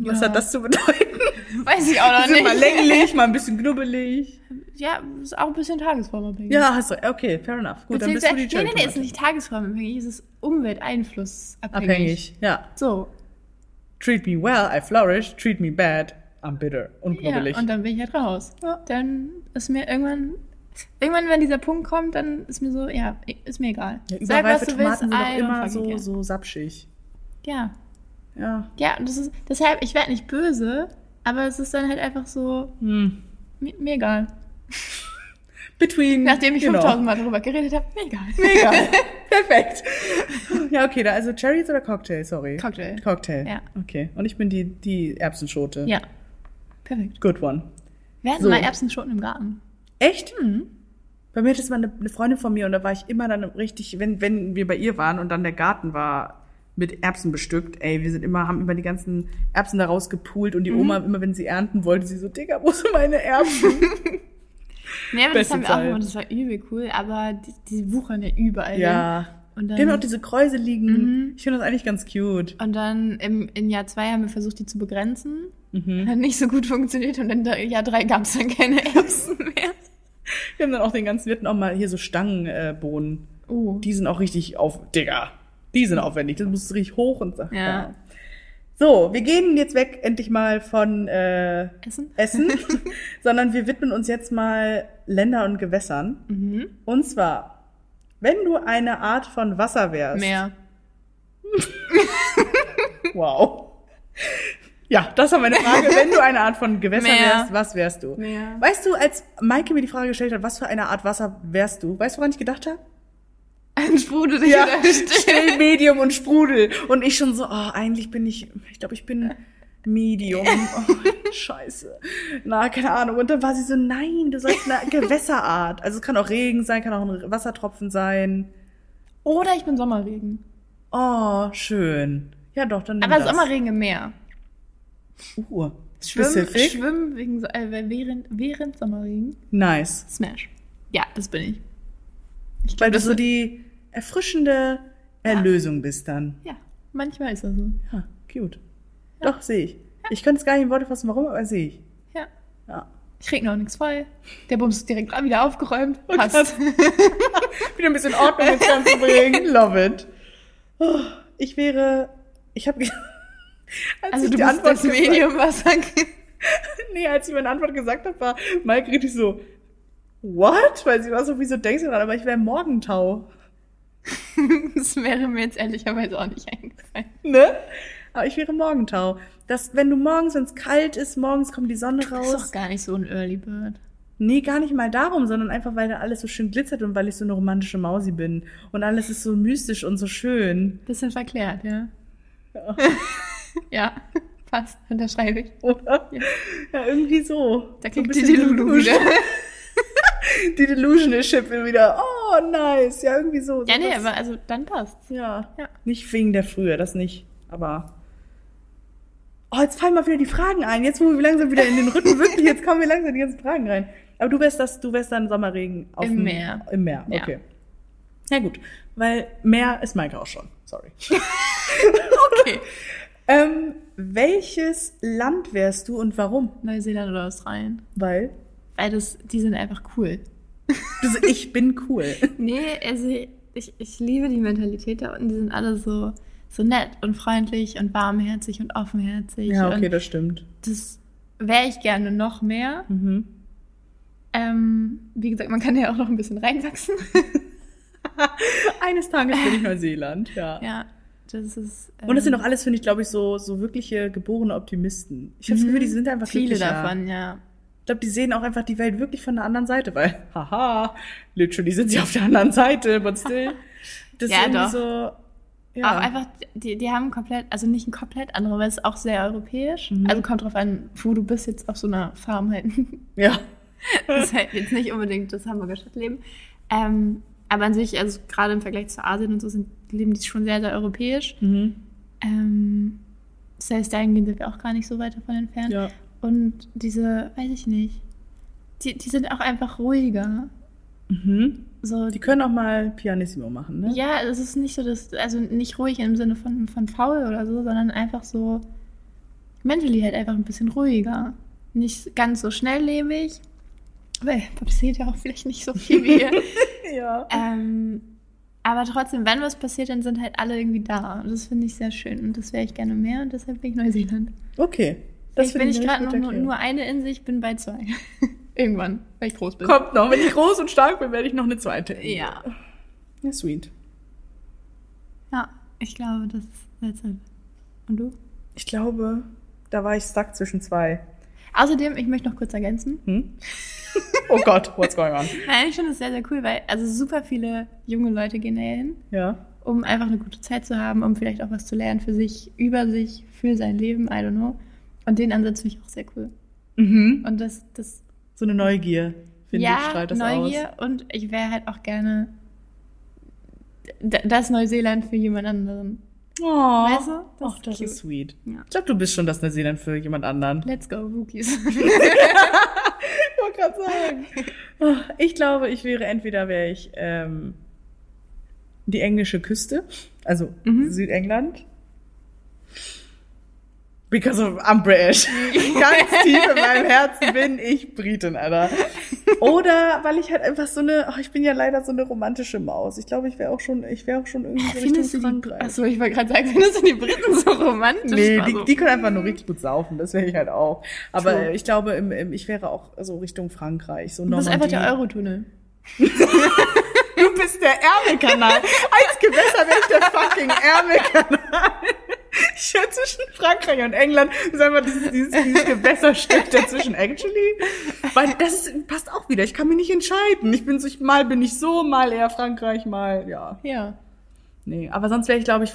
Speaker 1: Was
Speaker 2: Ja.
Speaker 1: hat das zu bedeuten?
Speaker 2: Weiß ich auch noch
Speaker 1: Die (laughs) sind
Speaker 2: nicht.
Speaker 1: mal
Speaker 2: Mhm.
Speaker 1: länglich, mal ein bisschen knubbelig.
Speaker 2: Ja, ist auch ein bisschen tagesformabhängig.
Speaker 1: Ja, hast du. Okay, fair enough. Gut, dann bist du
Speaker 2: Beziehungsweise,
Speaker 1: die
Speaker 2: nee,
Speaker 1: Cherry
Speaker 2: nee, nee, ist
Speaker 1: Tomate.
Speaker 2: nicht tagesformabhängig, es ist umwelteinflussabhängig.
Speaker 1: Abhängig. Ja.
Speaker 2: So,
Speaker 1: Treat me well, I flourish. Treat me bad, I'm bitter und
Speaker 2: ja,
Speaker 1: knubbelig.
Speaker 2: und dann bin ich halt raus. Dann ist mir irgendwann, irgendwann, wenn dieser Punkt kommt, dann ist mir so, ja, ist mir egal.
Speaker 1: Ja, überreife Tomaten sind
Speaker 2: I
Speaker 1: auch
Speaker 2: don't
Speaker 1: immer
Speaker 2: fucking
Speaker 1: so,
Speaker 2: care.
Speaker 1: so sapschig.
Speaker 2: Ja,
Speaker 1: Ja.
Speaker 2: ja, und das ist, deshalb, ich werde nicht böse, aber es ist dann halt einfach so,
Speaker 1: Hm.
Speaker 2: mir, mir egal.
Speaker 1: Between.
Speaker 2: Nachdem ich
Speaker 1: you know.
Speaker 2: 5000 Mal drüber geredet habe, mir egal.
Speaker 1: Mega. Perfekt. (laughs) Ja, okay, da, also Cherries oder Cocktail, sorry.
Speaker 2: (laughs) Cocktail.
Speaker 1: Cocktail.
Speaker 2: Ja.
Speaker 1: Okay. Und ich bin die, die Erbsenschote.
Speaker 2: Ja, perfekt.
Speaker 1: Good one.
Speaker 2: Wir hatten
Speaker 1: So.
Speaker 2: mal Erbsenschoten im Garten.
Speaker 1: Echt?
Speaker 2: Mhm.
Speaker 1: Bei mir hat das mal eine, eine Freundin von mir und da war ich immer dann richtig, wenn, wenn wir bei ihr waren und dann der Garten war mit Erbsen bestückt, ey, wir sind immer, haben immer die ganzen Erbsen da rausgepult und die
Speaker 2: Mhm.
Speaker 1: Oma, immer wenn sie ernten wollte, sie so, Digga, wo sind meine Erbsen?
Speaker 2: Nee, aber das
Speaker 1: Beste
Speaker 2: haben wir auch
Speaker 1: Zeit.
Speaker 2: gemacht, das war übel cool, aber die, die wuchern ja überall.
Speaker 1: ja.
Speaker 2: hin. Und
Speaker 1: Die haben auch
Speaker 2: dann, Mhm.
Speaker 1: diese Kräuse liegen. Ich finde das eigentlich ganz cute.
Speaker 2: und dann im, in Jahr zwei haben wir versucht, die zu begrenzen.
Speaker 1: Mhm.
Speaker 2: Hat nicht so gut funktioniert und in der- Jahr drei gab es dann keine (laughs) Erbsen mehr.
Speaker 1: Wir haben dann auch den ganzen, wir hatten auch mal hier so Stangenbohnen. Äh, Bohnen.
Speaker 2: Oh.
Speaker 1: Die sind auch richtig auf, Digga. Die sind aufwendig. Das musst du richtig hoch und sag,
Speaker 2: Ja.
Speaker 1: ja. So, wir gehen jetzt weg endlich mal von äh,
Speaker 2: Essen? (laughs)
Speaker 1: Essen, sondern wir widmen uns jetzt mal Länder und Gewässern.
Speaker 2: Mhm.
Speaker 1: Und zwar, wenn du eine Art von Wasser wärst.
Speaker 2: Mehr.
Speaker 1: Wow. Ja, das war meine Frage. Wenn du eine Art von Gewässer
Speaker 2: Meer.
Speaker 1: wärst, was wärst du?
Speaker 2: Meer.
Speaker 1: Weißt du, als Maike mir die Frage gestellt hat, was für eine Art Wasser wärst du, weißt du, woran ich gedacht habe?
Speaker 2: Ein Sprudel sich
Speaker 1: Ja, (laughs)
Speaker 2: wieder still.
Speaker 1: still, Medium und Sprudel. Und ich schon so, oh, eigentlich bin ich, ich glaube, ich bin Medium. (laughs) Oh, scheiße. Na, keine Ahnung. Und dann war sie so, nein, du sollst eine Gewässerart. Also es kann auch Regen sein, kann auch ein Wassertropfen sein.
Speaker 2: Oder ich bin Sommerregen.
Speaker 1: Oh, schön. Ja, doch, dann nimm
Speaker 2: Aber
Speaker 1: das.
Speaker 2: Sommerregen im Meer.
Speaker 1: Uh,
Speaker 2: Schwimmen,
Speaker 1: Specific?
Speaker 2: schwimmen wegen, so- äh, während, während Sommerregen.
Speaker 1: Nice.
Speaker 2: Smash. Ja, das bin ich. ich
Speaker 1: Weil du
Speaker 2: das
Speaker 1: so die erfrischende Erlösung bist dann.
Speaker 2: Ja, manchmal ist das so.
Speaker 1: Ja, cute. Doch, sehe ich. Ich könnte es gar nicht in Worte fassen, warum, aber sehe ich.
Speaker 2: Ja.
Speaker 1: Ja.
Speaker 2: Ich krieg noch nichts voll. Der Bums ist direkt wieder aufgeräumt. Passt.
Speaker 1: Wieder ein bisschen Ordnung ins Ganze bringen. (laughs) Love it. Oh, Ich wäre, ich habe, (laughs) als
Speaker 2: Also
Speaker 1: ich
Speaker 2: du
Speaker 1: die
Speaker 2: bist
Speaker 1: Antwort
Speaker 2: das
Speaker 1: gesagt-
Speaker 2: Medium, was angeht.
Speaker 1: Nee, als ich meine Antwort gesagt habe, war Mike richtig so, what? Weil sie war so, wieso denkst du gerade, aber ich wäre Morgentau,
Speaker 2: (laughs) Das wäre mir jetzt ehrlicherweise auch nicht eingefallen.
Speaker 1: ne? Aber ich wäre Morgentau. Das, wenn du morgens, wenn es kalt ist, morgens kommt die Sonne raus.
Speaker 2: Ist doch gar nicht so ein Early Bird.
Speaker 1: Nee, gar nicht mal darum, sondern einfach, weil da alles so schön glitzert und weil ich so eine romantische Mausi bin. Und alles ist so mystisch und so schön.
Speaker 2: Bisschen verklärt, (laughs) ja.
Speaker 1: Ja.
Speaker 2: ja, passt. Unterschreibe ich.
Speaker 1: Oder?
Speaker 2: Ja.
Speaker 1: Ja, irgendwie so.
Speaker 2: Da
Speaker 1: so
Speaker 2: klingt die Lulu wieder.
Speaker 1: Die Delusion ist Schippe wieder. Oh, nice. Ja, irgendwie so.
Speaker 2: Ja, nee,
Speaker 1: Sowas-
Speaker 2: aber also dann passt's.
Speaker 1: Ja.
Speaker 2: Ja.
Speaker 1: Nicht wegen der Frühe, das nicht. Aber. Oh, jetzt fallen mal wieder die Fragen ein. Jetzt, wo wir langsam wieder in den
Speaker 2: (laughs)
Speaker 1: Rücken wirklich, jetzt kommen wir langsam die ganzen Fragen rein. Aber du wärst das, du wärst dann Sommerregen auf
Speaker 2: Im
Speaker 1: dem-
Speaker 2: Meer.
Speaker 1: Im Meer,
Speaker 2: Ja.
Speaker 1: okay. Ja, gut. Weil Meer ist Maike auch schon. Sorry.
Speaker 2: (laughs) Okay.
Speaker 1: (laughs) Ähm, welches Land wärst du und warum?
Speaker 2: Neuseeland oder Australien.
Speaker 1: Weil
Speaker 2: Weil das, die sind einfach cool.
Speaker 1: du, so, ich bin
Speaker 2: (laughs)
Speaker 1: cool.
Speaker 2: Nee, also ich, ich liebe die Mentalität da unten. Die sind alle so, so nett und freundlich und warmherzig und offenherzig.
Speaker 1: Ja, okay,
Speaker 2: Und
Speaker 1: das stimmt.
Speaker 2: das wäre ich gerne noch mehr.
Speaker 1: Mhm.
Speaker 2: Ähm, wie gesagt, man kann ja auch noch ein bisschen reinwachsen. (laughs)
Speaker 1: Eines Tages bin ich Neuseeland, ja.
Speaker 2: ja, das ist.
Speaker 1: Und das sind
Speaker 2: ähm,
Speaker 1: auch alles, finde ich, glaube ich, so, so wirkliche geborene Optimisten. Ich habe das
Speaker 2: mhm,
Speaker 1: Gefühl, die sind einfach
Speaker 2: viele
Speaker 1: glücklicher.
Speaker 2: davon, ja.
Speaker 1: Ich glaube, die sehen auch einfach die Welt wirklich von der anderen Seite, weil, (laughs) haha, literally sind sie auf der anderen Seite, but
Speaker 2: (laughs)
Speaker 1: still. Das
Speaker 2: Ja,
Speaker 1: ist irgendwie
Speaker 2: doch.
Speaker 1: so.
Speaker 2: Auch einfach, die, die haben komplett, also nicht ein komplett andere, weil es ist auch sehr europäisch.
Speaker 1: Mhm.
Speaker 2: Also kommt drauf an, wo du bist jetzt auf so einer Farm halt. (laughs)
Speaker 1: Ja.
Speaker 2: das ist halt jetzt nicht unbedingt das Hamburger Stadtleben. Ähm, aber an sich, also gerade im Vergleich zu Asien und so, sind, leben die schon sehr, sehr europäisch.
Speaker 1: Mhm.
Speaker 2: Ähm, das heißt, dahingehend sind wir auch gar nicht so weit davon entfernt.
Speaker 1: Ja.
Speaker 2: Und diese, weiß ich nicht, die, die sind auch einfach ruhiger.
Speaker 1: Mhm.
Speaker 2: So,
Speaker 1: Die können auch mal Pianissimo machen, ne?
Speaker 2: ja, es ist nicht so, dass, also nicht ruhig im Sinne von, von faul oder so, sondern einfach so mentally halt einfach ein bisschen ruhiger. Nicht ganz so schnelllebig, weil passiert ja auch vielleicht nicht so viel wie hier.
Speaker 1: Ja.
Speaker 2: (laughs) ähm, aber trotzdem, wenn was passiert, dann sind halt alle irgendwie da. Und das finde ich sehr schön und das wäre ich gerne mehr und deshalb bin ich Neuseeland.
Speaker 1: Okay.
Speaker 2: Das
Speaker 1: finde
Speaker 2: bin ich
Speaker 1: eine
Speaker 2: gerade
Speaker 1: richtig
Speaker 2: noch
Speaker 1: gute
Speaker 2: nur,
Speaker 1: Erklärung.
Speaker 2: nur eine Insel, ich bin bei zwei. (laughs) Irgendwann, weil ich groß bin.
Speaker 1: Kommt noch, wenn ich groß und stark bin, werde ich noch eine zweite.
Speaker 2: Ja.
Speaker 1: Ja, sweet.
Speaker 2: Ja, ich glaube, das ist deshalb. Und du?
Speaker 1: Ich glaube, da war ich stuck zwischen zwei.
Speaker 2: Außerdem, ich möchte noch kurz ergänzen.
Speaker 1: Hm? Oh Gott, what's going on?
Speaker 2: Nein, ich finde das sehr, sehr cool, weil also super viele junge Leute gehen da hin,
Speaker 1: (laughs) Ja.
Speaker 2: um einfach eine gute Zeit zu haben, um vielleicht auch was zu lernen für sich, über sich, für sein Leben, I don't know. Und den Ansatz finde ich auch sehr cool.
Speaker 1: Mhm.
Speaker 2: Und das, das
Speaker 1: So eine Neugier, finde
Speaker 2: ja,
Speaker 1: ich, strahlt das aus.
Speaker 2: Neugier und ich wäre halt auch gerne d- das Neuseeland für jemand anderen.
Speaker 1: Oh,
Speaker 2: Weißt du? Das
Speaker 1: Das,
Speaker 2: ist
Speaker 1: das
Speaker 2: cute.
Speaker 1: ist sweet.
Speaker 2: Ja.
Speaker 1: Ich glaube, du bist schon das Neuseeland für jemand anderen.
Speaker 2: Let's go, (laughs) Rookies.
Speaker 1: Ich wollte gerade sagen. Oh, Ich glaube, ich wäre entweder wäre ich ähm, die englische Küste, also
Speaker 2: Mhm.
Speaker 1: Südengland. Because of I'm
Speaker 2: (laughs)
Speaker 1: British. Ganz tief in meinem Herzen bin ich Britin, Alter. Oder weil ich halt einfach so eine, oh, ich bin ja leider so eine romantische Maus. Ich glaube, ich wäre auch schon, ich wäre auch schon irgendwie so
Speaker 2: Ah, Findest du
Speaker 1: Richtung
Speaker 2: die, also,
Speaker 1: Frankreich.
Speaker 2: achso, ich wollte gerade sagen, findest du die Briten so romantisch?
Speaker 1: Nee,
Speaker 2: War
Speaker 1: die,
Speaker 2: so,
Speaker 1: die können einfach nur richtig gut saufen, das wäre ich halt auch. Aber
Speaker 2: also- True.
Speaker 1: äh, ich glaube, im, im, ich wäre auch so Richtung Frankreich, so
Speaker 2: Du bist einfach
Speaker 1: Normandie.
Speaker 2: der Eurotunnel.
Speaker 1: Du bist der Ärmelkanal. Als Gewässer wäre ich der fucking Ärmelkanal. Ich höre zwischen Frankreich und England, ist einfach dieses, dieses, dieses Gewässerstück dazwischen, actually. Weil das ist, passt auch wieder, ich kann mich nicht entscheiden. Ich bin so, ich, mal bin ich so, mal eher Frankreich, mal, ja.
Speaker 2: Ja.
Speaker 1: Nee, aber sonst wäre ich, glaube ich,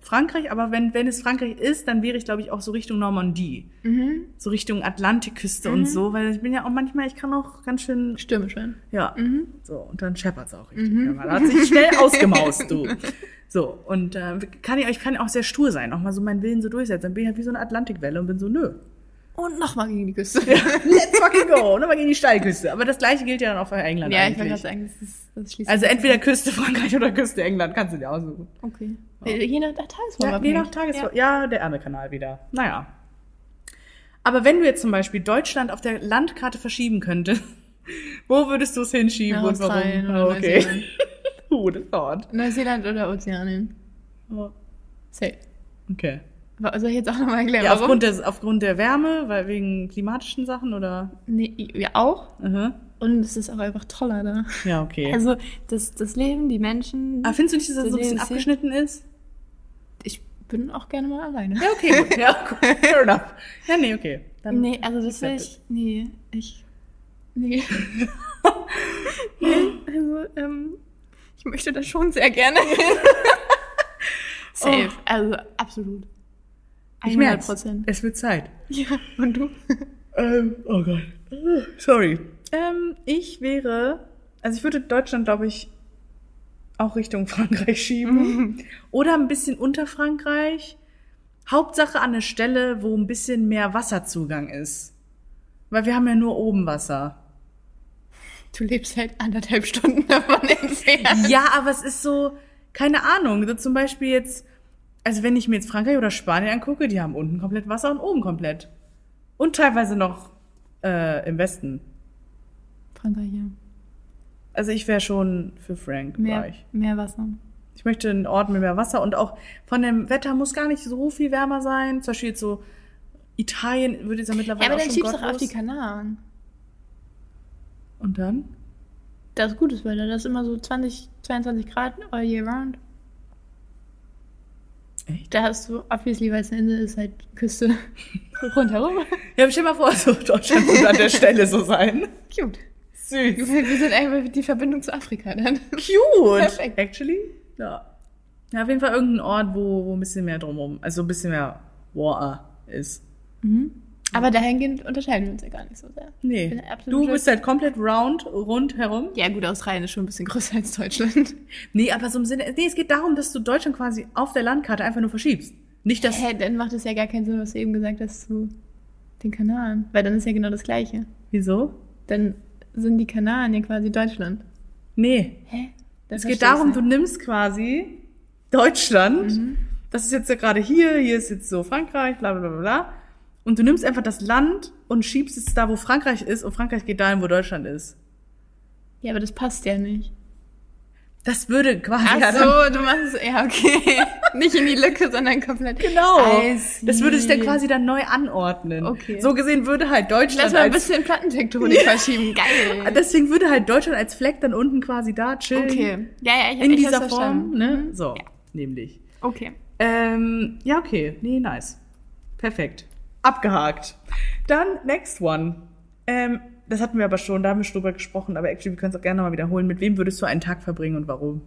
Speaker 1: Frankreich, aber wenn, wenn es Frankreich ist, dann wäre ich, glaube ich, auch so Richtung Normandie.
Speaker 2: Mhm.
Speaker 1: so Richtung Atlantikküste und so, weil ich bin ja auch manchmal, ich kann auch ganz schön,
Speaker 2: Stimme schön.
Speaker 1: ja,
Speaker 2: Mhm.
Speaker 1: so und dann scheppert's auch richtig. Ja, Da hat sich
Speaker 2: (laughs)
Speaker 1: schnell ausgemaust, du. So und äh, kann ich, ich kann auch sehr stur sein, auch mal so meinen Willen so durchsetzen. Dann bin ich halt wie so eine Atlantikwelle und bin so nö.
Speaker 2: und nochmal gegen die Küste. (laughs)
Speaker 1: Let's fucking go. Nochmal gegen die Steilküste. Aber das gleiche gilt ja dann auch für England
Speaker 2: ja, ich wollte gerade
Speaker 1: eigentlich.
Speaker 2: sagen, das, ist, das schließt
Speaker 1: also entweder Küste Frankreich oder Küste England, kannst du dir aussuchen.
Speaker 2: Okay. äh, Je nach Tagesform. ne?
Speaker 1: Ja, je nach Tagesform. Ja. der Ärmelkanal wieder. Naja. Aber wenn du jetzt zum Beispiel Deutschland auf der Landkarte verschieben könntest, (laughs) wo würdest du es hinschieben
Speaker 2: Nach
Speaker 1: und
Speaker 2: Australien
Speaker 1: warum? Ah,
Speaker 2: oder
Speaker 1: okay. (laughs)
Speaker 2: Neuseeland.
Speaker 1: Gute Thought.
Speaker 2: Neuseeland oder Ozeanien. Safe.
Speaker 1: Okay.
Speaker 2: Wa- Soll ich jetzt auch nochmal erklären,
Speaker 1: Ja,
Speaker 2: warum?
Speaker 1: aufgrund, des, aufgrund der Wärme, weil wegen klimatischen Sachen oder?
Speaker 2: Nee, ja, auch.
Speaker 1: Mhm.
Speaker 2: Und es ist auch einfach toller da.
Speaker 1: Ja, okay.
Speaker 2: Also das, das Leben, die Menschen.
Speaker 1: Aber findest du nicht, dass das so ein bisschen
Speaker 2: Sehen-
Speaker 1: abgeschnitten ist?
Speaker 2: Ich bin auch gerne mal alleine.
Speaker 1: Ja, okay, gut. Ja, (laughs) gut. Fair enough. Ja, nee, okay. Dann
Speaker 2: nee, also das will ich. Nee, ich. (laughs) Nee. nee, also, ähm, ich möchte da schon sehr gerne hin. (laughs) Safe. Also absolut.
Speaker 1: Ich merk's.
Speaker 2: 100%.
Speaker 1: Es wird Zeit.
Speaker 2: (laughs) Ja, und du?
Speaker 1: Ähm, oh Gott. Sorry. Ähm, ich wäre, also ich würde Deutschland, glaube ich, auch Richtung Frankreich (laughs) schieben. Oder ein bisschen unter Frankreich. Hauptsache an der Stelle, wo ein bisschen mehr Wasserzugang ist. Weil wir haben ja nur oben (laughs) Wasser.
Speaker 2: Du lebst halt anderthalb Stunden davon entfernt.
Speaker 1: Ja, aber es ist so, keine Ahnung. So zum Beispiel jetzt, also wenn ich mir jetzt Frankreich oder Spanien angucke, die haben unten komplett Wasser und oben komplett. Und teilweise noch äh, im Westen.
Speaker 2: Frankreich, ja.
Speaker 1: Also ich wäre schon für Frank
Speaker 2: Mehr,
Speaker 1: Reich.
Speaker 2: mehr Wasser.
Speaker 1: Ich möchte einen Ort mit mehr Wasser und auch von dem Wetter muss gar nicht so viel wärmer sein. Zum Beispiel jetzt so Italien würde jetzt ja mittlerweile
Speaker 2: Ja, aber
Speaker 1: auch
Speaker 2: dann
Speaker 1: schon
Speaker 2: schiebst du doch auf
Speaker 1: gottlos.
Speaker 2: die Kanaren.
Speaker 1: Und dann?
Speaker 2: Da ist gutes Wetter, da ist immer so 20, 22 Grad all year round.
Speaker 1: Echt?
Speaker 2: Da hast du, obviously, weil es eine Insel ist, halt Küste (laughs) rundherum.
Speaker 1: Ja, stell mal vor, so (laughs) Deutschland würde an der Stelle so sein.
Speaker 2: Cute.
Speaker 1: Süß.
Speaker 2: Wir sind einfach die Verbindung zu Afrika dann.
Speaker 1: Cute.
Speaker 2: Perfekt.
Speaker 1: Actually? Ja. Ja, auf jeden Fall irgendein Ort, wo, wo ein bisschen mehr drumrum, also ein bisschen mehr Water ist.
Speaker 2: Aber dahingehend unterscheiden wir uns ja gar nicht so sehr. Ich
Speaker 1: Nee.
Speaker 2: bin absolut
Speaker 1: Du bist halt komplett round, rundherum.
Speaker 2: Ja, gut, Australien ist schon ein bisschen größer als Deutschland.
Speaker 1: Nee, aber so im Sinne, nee, es geht darum, dass du Deutschland quasi auf der Landkarte einfach nur verschiebst. Nicht, dass
Speaker 2: Hä, dann macht es ja gar keinen Sinn, was du eben gesagt hast zu den Kanaren. Weil dann ist ja genau das Gleiche.
Speaker 1: Wieso?
Speaker 2: Dann sind die Kanaren ja quasi Deutschland.
Speaker 1: Nee.
Speaker 2: Hä?
Speaker 1: Es geht darum, du nimmst quasi Deutschland.
Speaker 2: Mhm.
Speaker 1: Das ist jetzt ja gerade hier, hier ist jetzt so Frankreich, bla bla bla bla. Und du nimmst einfach das Land und schiebst es da, wo Frankreich ist, und Frankreich geht dahin, wo Deutschland ist.
Speaker 2: Ja, aber das passt ja nicht.
Speaker 1: Das würde quasi.
Speaker 2: Ach
Speaker 1: ja dann-
Speaker 2: so, du machst es.
Speaker 1: (laughs)
Speaker 2: Ja, okay. nicht in die Lücke, sondern komplett.
Speaker 1: Genau.
Speaker 2: I see.
Speaker 1: Das würde sich dann quasi dann neu anordnen.
Speaker 2: Okay.
Speaker 1: So gesehen würde halt
Speaker 2: Lass
Speaker 1: Deutschland
Speaker 2: mal ein
Speaker 1: als,
Speaker 2: bisschen Plattentektonik
Speaker 1: (laughs)
Speaker 2: verschieben. Geil.
Speaker 1: deswegen würde halt Deutschland als Fleck dann unten quasi da chillen.
Speaker 2: okay. Ja, ja, ich hab-
Speaker 1: In
Speaker 2: ich hab's
Speaker 1: dieser Form,
Speaker 2: verstanden.
Speaker 1: ne?
Speaker 2: Mhm.
Speaker 1: So, nämlich.
Speaker 2: Okay.
Speaker 1: Ähm, ja, okay. Nee, nice. Perfekt. Abgehakt. Dann next one. Ähm, das hatten wir aber schon, da haben wir schon drüber gesprochen, aber actually, wir können es auch gerne nochmal wiederholen. Mit wem würdest du einen Tag verbringen und warum?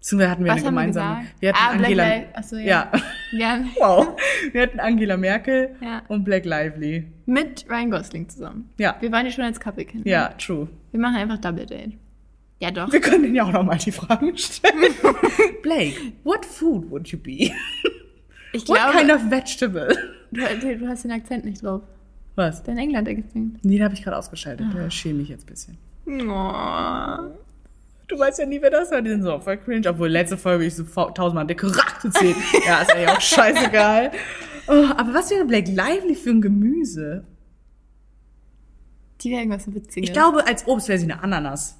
Speaker 1: Beziehungsweise hatten wir
Speaker 2: Was
Speaker 1: eine
Speaker 2: haben wir
Speaker 1: gemeinsame.
Speaker 2: gesagt?
Speaker 1: Wir hatten
Speaker 2: ah,
Speaker 1: Angela.
Speaker 2: Black Lives. Achso, ja.
Speaker 1: ja. (laughs)
Speaker 2: ja.
Speaker 1: Wow. Wir hatten Angela Merkel
Speaker 2: Ja.
Speaker 1: und Black Lively.
Speaker 2: Mit Ryan Gosling zusammen.
Speaker 1: Ja.
Speaker 2: Wir waren ja schon als Couple kennen.
Speaker 1: Ja, true.
Speaker 2: Wir machen einfach Double Date. Ja, doch.
Speaker 1: Wir können denen ja auch nochmal die Fragen stellen.
Speaker 2: (laughs)
Speaker 1: Blake, what food would you be?
Speaker 2: Ich
Speaker 1: What
Speaker 2: glaube,
Speaker 1: kind of vegetable? (laughs)
Speaker 2: du, du hast den Akzent nicht drauf.
Speaker 1: Was?
Speaker 2: Dein England-Akzent.
Speaker 1: Nee, den habe ich gerade ausgeschaltet. Da schäme ich jetzt ein bisschen.
Speaker 2: Oh.
Speaker 1: Du weißt ja nie, wer das war. Die sind so voll cringe. Obwohl, letzte Folge ich so fa- tausendmal dicke Rachte (laughs) zählen. Ja, ist ja auch scheißegal. Oh, aber was wäre Blake Lively für ein Gemüse?
Speaker 2: Die wäre irgendwas Witziges.
Speaker 1: Ich glaube, als Obst wäre sie eine (laughs) Ananas.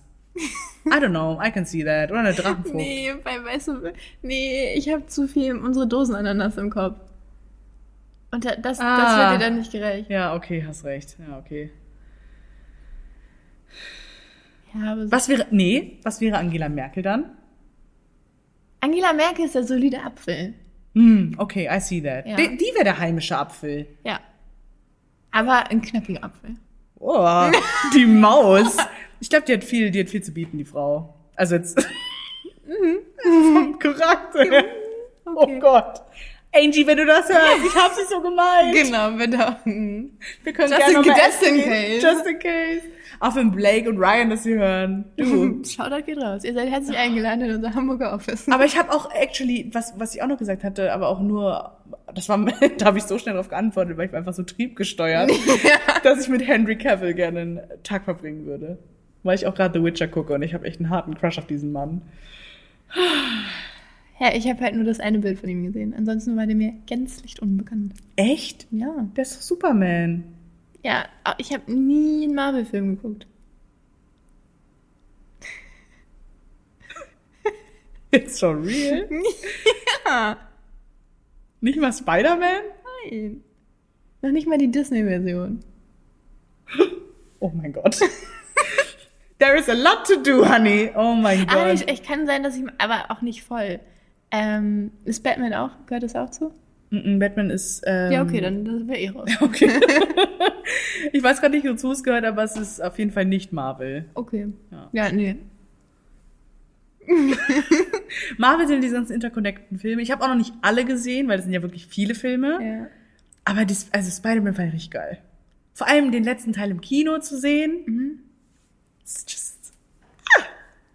Speaker 1: I don't know. I can see that. Oder eine Drachenfrucht.
Speaker 2: Nee, bei weißt du, nee, ich habe zu viel unsere Dosenananas im Kopf. Und da- das, das
Speaker 1: Ah.
Speaker 2: wird dir dann nicht gerecht.
Speaker 1: Ja, okay, hast recht. Ja, okay.
Speaker 2: Ja, aber so.
Speaker 1: Was wäre, nee, was wäre Angela Merkel dann?
Speaker 2: Angela Merkel ist der solide Apfel.
Speaker 1: Hm, okay, I see that.
Speaker 2: Ja.
Speaker 1: Die, die wäre der heimische Apfel.
Speaker 2: Ja. Aber ein knackiger Apfel.
Speaker 1: Oh,
Speaker 2: (laughs)
Speaker 1: die Maus. Ich glaube, die hat viel, die hat viel zu bieten, die Frau. Also jetzt (laughs) vom Charakter. her.
Speaker 2: Mhm. Okay.
Speaker 1: Oh Gott. Angie, wenn du das hörst, ich hab sie so gemeint.
Speaker 2: Genau, bitte. Hm.
Speaker 1: Wir können
Speaker 2: Just
Speaker 1: gerne
Speaker 2: in-
Speaker 1: noch mal
Speaker 2: just
Speaker 1: essen
Speaker 2: in
Speaker 1: gehen.
Speaker 2: case.
Speaker 1: Just in case. Auch wenn Blake und Ryan das hier hören.
Speaker 2: (laughs)
Speaker 1: Du.
Speaker 2: (laughs) Shoutout geht raus. Ihr seid herzlich eingeladen in unser Hamburger Office.
Speaker 1: Aber ich habe auch actually, was, was ich auch noch gesagt hatte, aber auch nur das war, (laughs) da habe ich so schnell darauf geantwortet, weil ich war einfach so
Speaker 2: (laughs)
Speaker 1: triebgesteuert, dass ich mit Henry Cavill gerne einen Tag verbringen würde. Weil ich auch gerade The Witcher gucke und ich habe echt einen harten Crush auf diesen Mann.
Speaker 2: Ja, ich habe halt nur das eine Bild von ihm gesehen. Ansonsten war der mir gänzlich unbekannt.
Speaker 1: Echt?
Speaker 2: Ja.
Speaker 1: Der ist doch Superman.
Speaker 2: Ja, oh, ich habe nie einen Marvel-Film geguckt.
Speaker 1: It's so real.
Speaker 2: (laughs) Ja.
Speaker 1: Nicht mal Spider-Man?
Speaker 2: Nein. Noch nicht mal die Disney-Version.
Speaker 1: Oh mein Gott. (laughs) There is a lot to do, honey. Oh mein Gott.
Speaker 2: Ah, ich, ich kann sein, dass ich, aber auch nicht voll. Ähm, ist Batman auch, gehört das auch zu?
Speaker 1: Mm-mm, Batman ist. Ähm,
Speaker 2: Ja, okay, dann sind wir eh raus.
Speaker 1: Okay. (laughs) ich weiß gerade nicht, wozu es gehört, aber es ist auf jeden Fall nicht Marvel.
Speaker 2: (laughs) Okay.
Speaker 1: Ja.
Speaker 2: Ja, nee.
Speaker 1: Marvel sind die ganzen interconnecten Filme. Ich habe auch noch nicht alle gesehen, weil das sind ja wirklich viele Filme.
Speaker 2: Ja.
Speaker 1: Aber die, also Spider-Man war ja richtig geil. Vor allem den letzten Teil im Kino zu sehen.
Speaker 2: Mhm.
Speaker 1: It's just,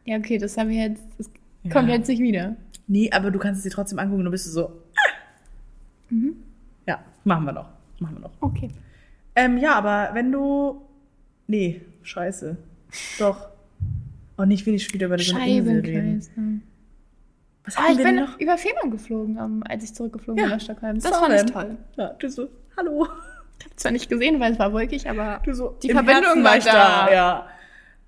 Speaker 2: Ja, okay, das habe ich jetzt. Das
Speaker 1: Ja.
Speaker 2: kommt jetzt nicht wieder.
Speaker 1: nee, aber du kannst es dir trotzdem angucken und du bist so. ah!
Speaker 2: Mhm.
Speaker 1: Ja, machen wir noch. Machen wir noch.
Speaker 2: Okay.
Speaker 1: Ähm, ja, aber wenn du. Nee, scheiße. Doch. Und ich will nicht wieder über so eine Insel reden.
Speaker 2: Scheibenkreis. ne?
Speaker 1: Was
Speaker 2: Ah,
Speaker 1: haben
Speaker 2: ich
Speaker 1: eh wir
Speaker 2: bin
Speaker 1: denn noch?
Speaker 2: über Fehmarn geflogen, ähm, als ich zurückgeflogen
Speaker 1: Ja.
Speaker 2: bin nach Stockholm.
Speaker 1: So,
Speaker 2: Das fand
Speaker 1: ähm,
Speaker 2: ich toll.
Speaker 1: Ja, du so, hallo.
Speaker 2: Ich habe zwar nicht gesehen, weil es war wolkig, aber
Speaker 1: Du so,
Speaker 2: Die
Speaker 1: im
Speaker 2: Verbindung
Speaker 1: Herzen
Speaker 2: war
Speaker 1: ich
Speaker 2: da.
Speaker 1: Ja.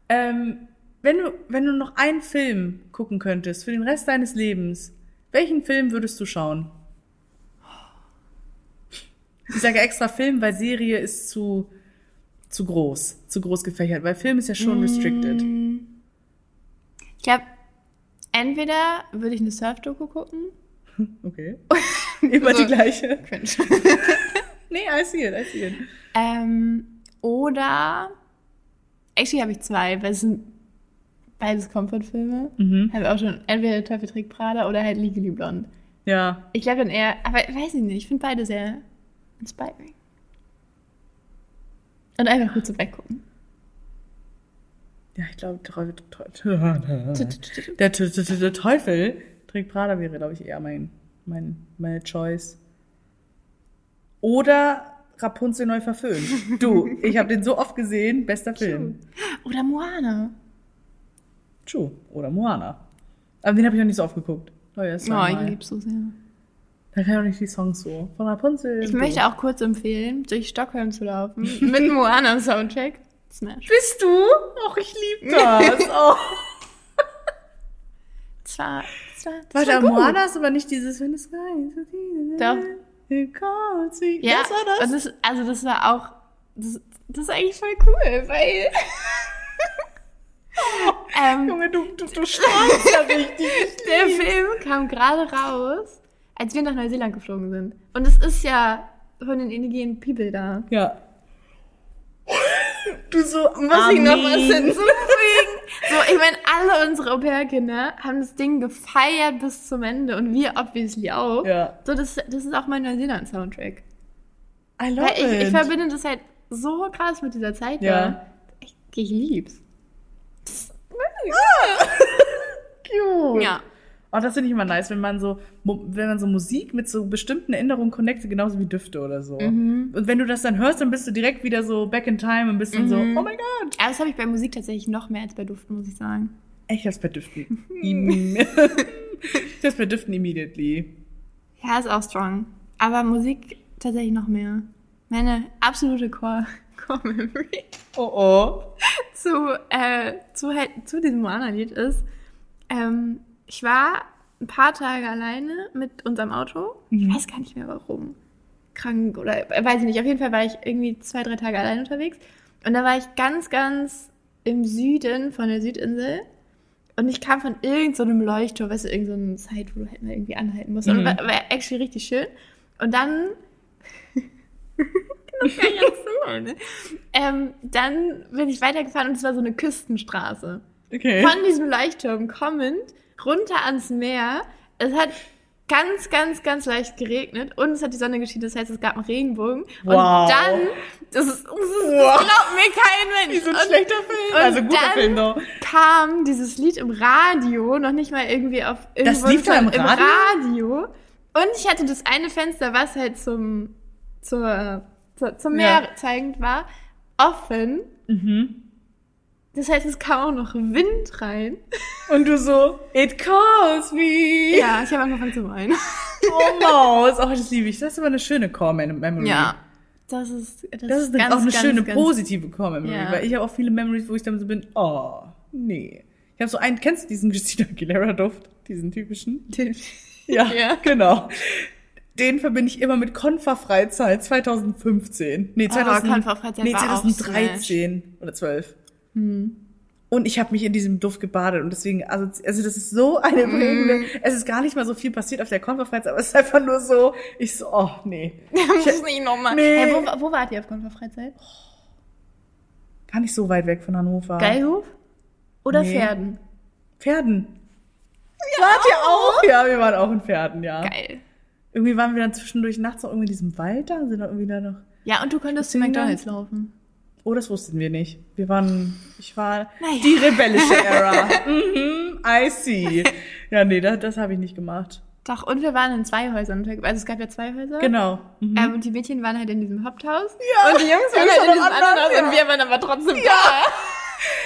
Speaker 1: Ähm, wenn, du, wenn du noch einen Film gucken könntest für den Rest deines Lebens, welchen Film würdest du schauen? Ich sage extra Film, weil Serie ist zu, zu groß, zu groß gefächert, weil Film ist ja schon restricted.
Speaker 2: Mm. Ich glaube, entweder würde ich eine Surf-Doku gucken.
Speaker 1: Okay. (laughs) Immer
Speaker 2: So.
Speaker 1: die gleiche.
Speaker 2: Cringe.
Speaker 1: Nee, I see it, I see it.
Speaker 2: ähm, oder. Actually habe ich zwei, weil es sind beides Comfort-Filme.
Speaker 1: Mhm.
Speaker 2: Habe auch schon entweder Teufeltrick Prada oder halt Legally Blonde.
Speaker 1: Ja.
Speaker 2: Ich glaube dann eher, aber weiß ich nicht, ich finde beide sehr inspiring. Und einfach gut zum Weggucken.
Speaker 1: Ja, ich glaube, Teufel. Teufel- Der Te- Te- Te- Te- Teufel trägt Prada wäre, glaube ich, eher mein, mein, meine Choice. Oder Rapunzel neu verfilmt. Du, ich habe den so oft gesehen, bester Film.
Speaker 2: Oder Moana.
Speaker 1: True. Oder Moana. Aber den habe ich noch nicht so oft geguckt. Oh, ja, ist
Speaker 2: Oh,
Speaker 1: normal.
Speaker 2: ich liebe so sehr.
Speaker 1: Da kann ich auch nicht die Songs so. Von Rapunzel.
Speaker 2: Ich
Speaker 1: so.
Speaker 2: möchte auch kurz empfehlen, durch Stockholm zu laufen mit Moana im Soundtrack. Smash.
Speaker 1: Bist du? Och, ich liebe das. Oh.
Speaker 2: Zwar, zwar,
Speaker 1: Warte,
Speaker 2: zwar
Speaker 1: aber
Speaker 2: gut.
Speaker 1: Moana ist aber nicht dieses Wenn es rein.
Speaker 2: Doch.
Speaker 1: Ja,
Speaker 2: Ja,
Speaker 1: das war das.
Speaker 2: Und das, also das war auch, das, das ist eigentlich voll cool, weil... ähm,
Speaker 1: Junge, du, du, du strahlst ja richtig.
Speaker 2: der Film kam gerade raus, als wir nach Neuseeland geflogen sind. Und es ist ja von den indigenen People da.
Speaker 1: Ja. (laughs) Du so,
Speaker 2: Muss ich noch was
Speaker 1: Armin.
Speaker 2: hinzufügen? (laughs) so, ich meine, alle unsere Au-pair-Kinder haben das Ding gefeiert bis zum Ende und wir obviously auch.
Speaker 1: Ja.
Speaker 2: So, das, das ist auch mein Neuseeland-Soundtrack.
Speaker 1: I love
Speaker 2: Weil ich, ich
Speaker 1: it.
Speaker 2: verbinde das halt so krass mit dieser Zeit.
Speaker 1: Ja.
Speaker 2: da. Ich, ich lieb's.
Speaker 1: Cute.
Speaker 2: Ja.
Speaker 1: Oh, das finde ich immer nice, wenn man so, Mu- wenn man so Musik mit so bestimmten Erinnerungen connectet, genauso wie Düfte oder so.
Speaker 2: Mhm.
Speaker 1: Und wenn du das dann hörst, dann bist du direkt wieder so back in time und bist dann so,
Speaker 2: Mhm.
Speaker 1: oh mein Gott.
Speaker 2: Aber das habe ich bei Musik tatsächlich noch mehr als bei Duften, muss ich sagen.
Speaker 1: Ich hab's bei Düften.
Speaker 2: (laughs)
Speaker 1: Im- (laughs) ich hab's bei Düften immediately.
Speaker 2: Ja, ist auch strong. Aber Musik tatsächlich noch mehr. Meine absolute Core, (laughs) Core Memory.
Speaker 1: Oh oh.
Speaker 2: zu, äh, zu, halt, zu diesem Moana-Lied ist, ähm, ich war ein paar Tage alleine mit unserem Auto. Ich
Speaker 1: Mhm.
Speaker 2: weiß gar nicht mehr warum. Krank oder äh, weiß ich nicht. Auf jeden Fall war ich irgendwie zwei, drei Tage allein unterwegs. Und da war ich ganz, ganz im Süden von der Südinsel. Und ich kam von irgendeinem so einem Leuchtturm, weißt du, irgendeinem so Site, wo du halt mal irgendwie anhalten musst.
Speaker 1: Mhm.
Speaker 2: Und war, war actually richtig schön.
Speaker 1: (laughs)
Speaker 2: Und dann das (laughs) kann ich erzählen. ne? ähm, dann bin ich weitergefahren und es war so eine Küstenstraße.
Speaker 1: Okay.
Speaker 2: Von diesem Leuchtturm kommend, runter ans Meer. Es hat ganz, ganz, ganz leicht geregnet und es hat die Sonne geschienen. Das heißt, es gab einen Regenbogen.
Speaker 1: Wow.
Speaker 2: Und dann, das, ist, das, ist,
Speaker 1: Wow.
Speaker 2: das glaubt mir kein
Speaker 1: Wie
Speaker 2: Mensch.
Speaker 1: so ein
Speaker 2: und
Speaker 1: schlechter Film.
Speaker 2: und
Speaker 1: also guter
Speaker 2: dann-
Speaker 1: Film doch.
Speaker 2: kam dieses Lied im Radio, noch nicht mal irgendwie auf
Speaker 1: Das
Speaker 2: irgendwo,
Speaker 1: lief da im
Speaker 2: sondern
Speaker 1: Radio?
Speaker 2: im Radio. Und ich hatte das eine Fenster, was halt zum, zur, zur, zum Meer
Speaker 1: Ja.
Speaker 2: zeigend war, offen.
Speaker 1: Mhm.
Speaker 2: Das heißt, es kam auch noch Wind rein.
Speaker 1: Und du so, it calls me.
Speaker 2: Ja, ich habe angefangen zu weinen.
Speaker 1: Oh, Maus. Oh, das liebe ich. Das ist aber eine schöne Core-Memory.
Speaker 2: Ja. Das ist, das
Speaker 1: Das ist ganz, auch eine schöne positive Core-Memory,
Speaker 2: Ja.
Speaker 1: weil ich habe auch viele Memories, wo ich dann so bin, oh, nee. Ich habe so einen, kennst du diesen (laughs) Christina Aguilera-Duft? Diesen typischen? Ja,
Speaker 2: Ja.
Speaker 1: genau. Den verbinde ich immer mit Konferfreizeit 2015. Nee,
Speaker 2: Oh,
Speaker 1: 2000,
Speaker 2: Konferfreizeit
Speaker 1: nee
Speaker 2: war auch Hm.
Speaker 1: 2013 oder 12. Und ich habe mich in diesem Duft gebadet und deswegen, also, also das ist so eine
Speaker 2: Hm.
Speaker 1: prägende, es ist gar nicht mal so viel passiert auf der Konferfreizeit, aber es ist einfach nur so, ich so, oh, nee.
Speaker 2: (laughs) muss nicht nochmal.
Speaker 1: Nee.
Speaker 2: Hey, wo, wo wart ihr auf Konferfreizeit?
Speaker 1: Gar nicht so weit weg von Hannover.
Speaker 2: Geilhof? Oder
Speaker 1: Nee.
Speaker 2: Pferden?
Speaker 1: Pferden. Wart ihr auch? Ja, wir waren auch in Pferden, ja.
Speaker 2: Geil.
Speaker 1: Irgendwie waren wir dann zwischendurch nachts noch irgendwie in diesem Wald da, sind dann irgendwie da noch.
Speaker 2: Ja, und du konntest zu
Speaker 1: Spaziergang?
Speaker 2: McDonalds laufen.
Speaker 1: Oh, das wussten wir nicht. Wir waren, ich war
Speaker 2: Naja.
Speaker 1: die
Speaker 2: (laughs)
Speaker 1: rebellische Era. mhm, I see. Ja, nee, das, das habe ich nicht gemacht.
Speaker 2: Doch, und wir waren in zwei Häusern unterwegs. Also es gab ja zwei Häuser.
Speaker 1: Genau. Mhm.
Speaker 2: Ähm, und die Mädchen waren halt in diesem Haupthaus.
Speaker 1: Ja,
Speaker 2: und die Jungs waren
Speaker 1: Jungs
Speaker 2: halt in
Speaker 1: waren
Speaker 2: diesem
Speaker 1: am anderen,
Speaker 2: anderen Haus. Und
Speaker 1: ja.
Speaker 2: wir waren aber trotzdem ja.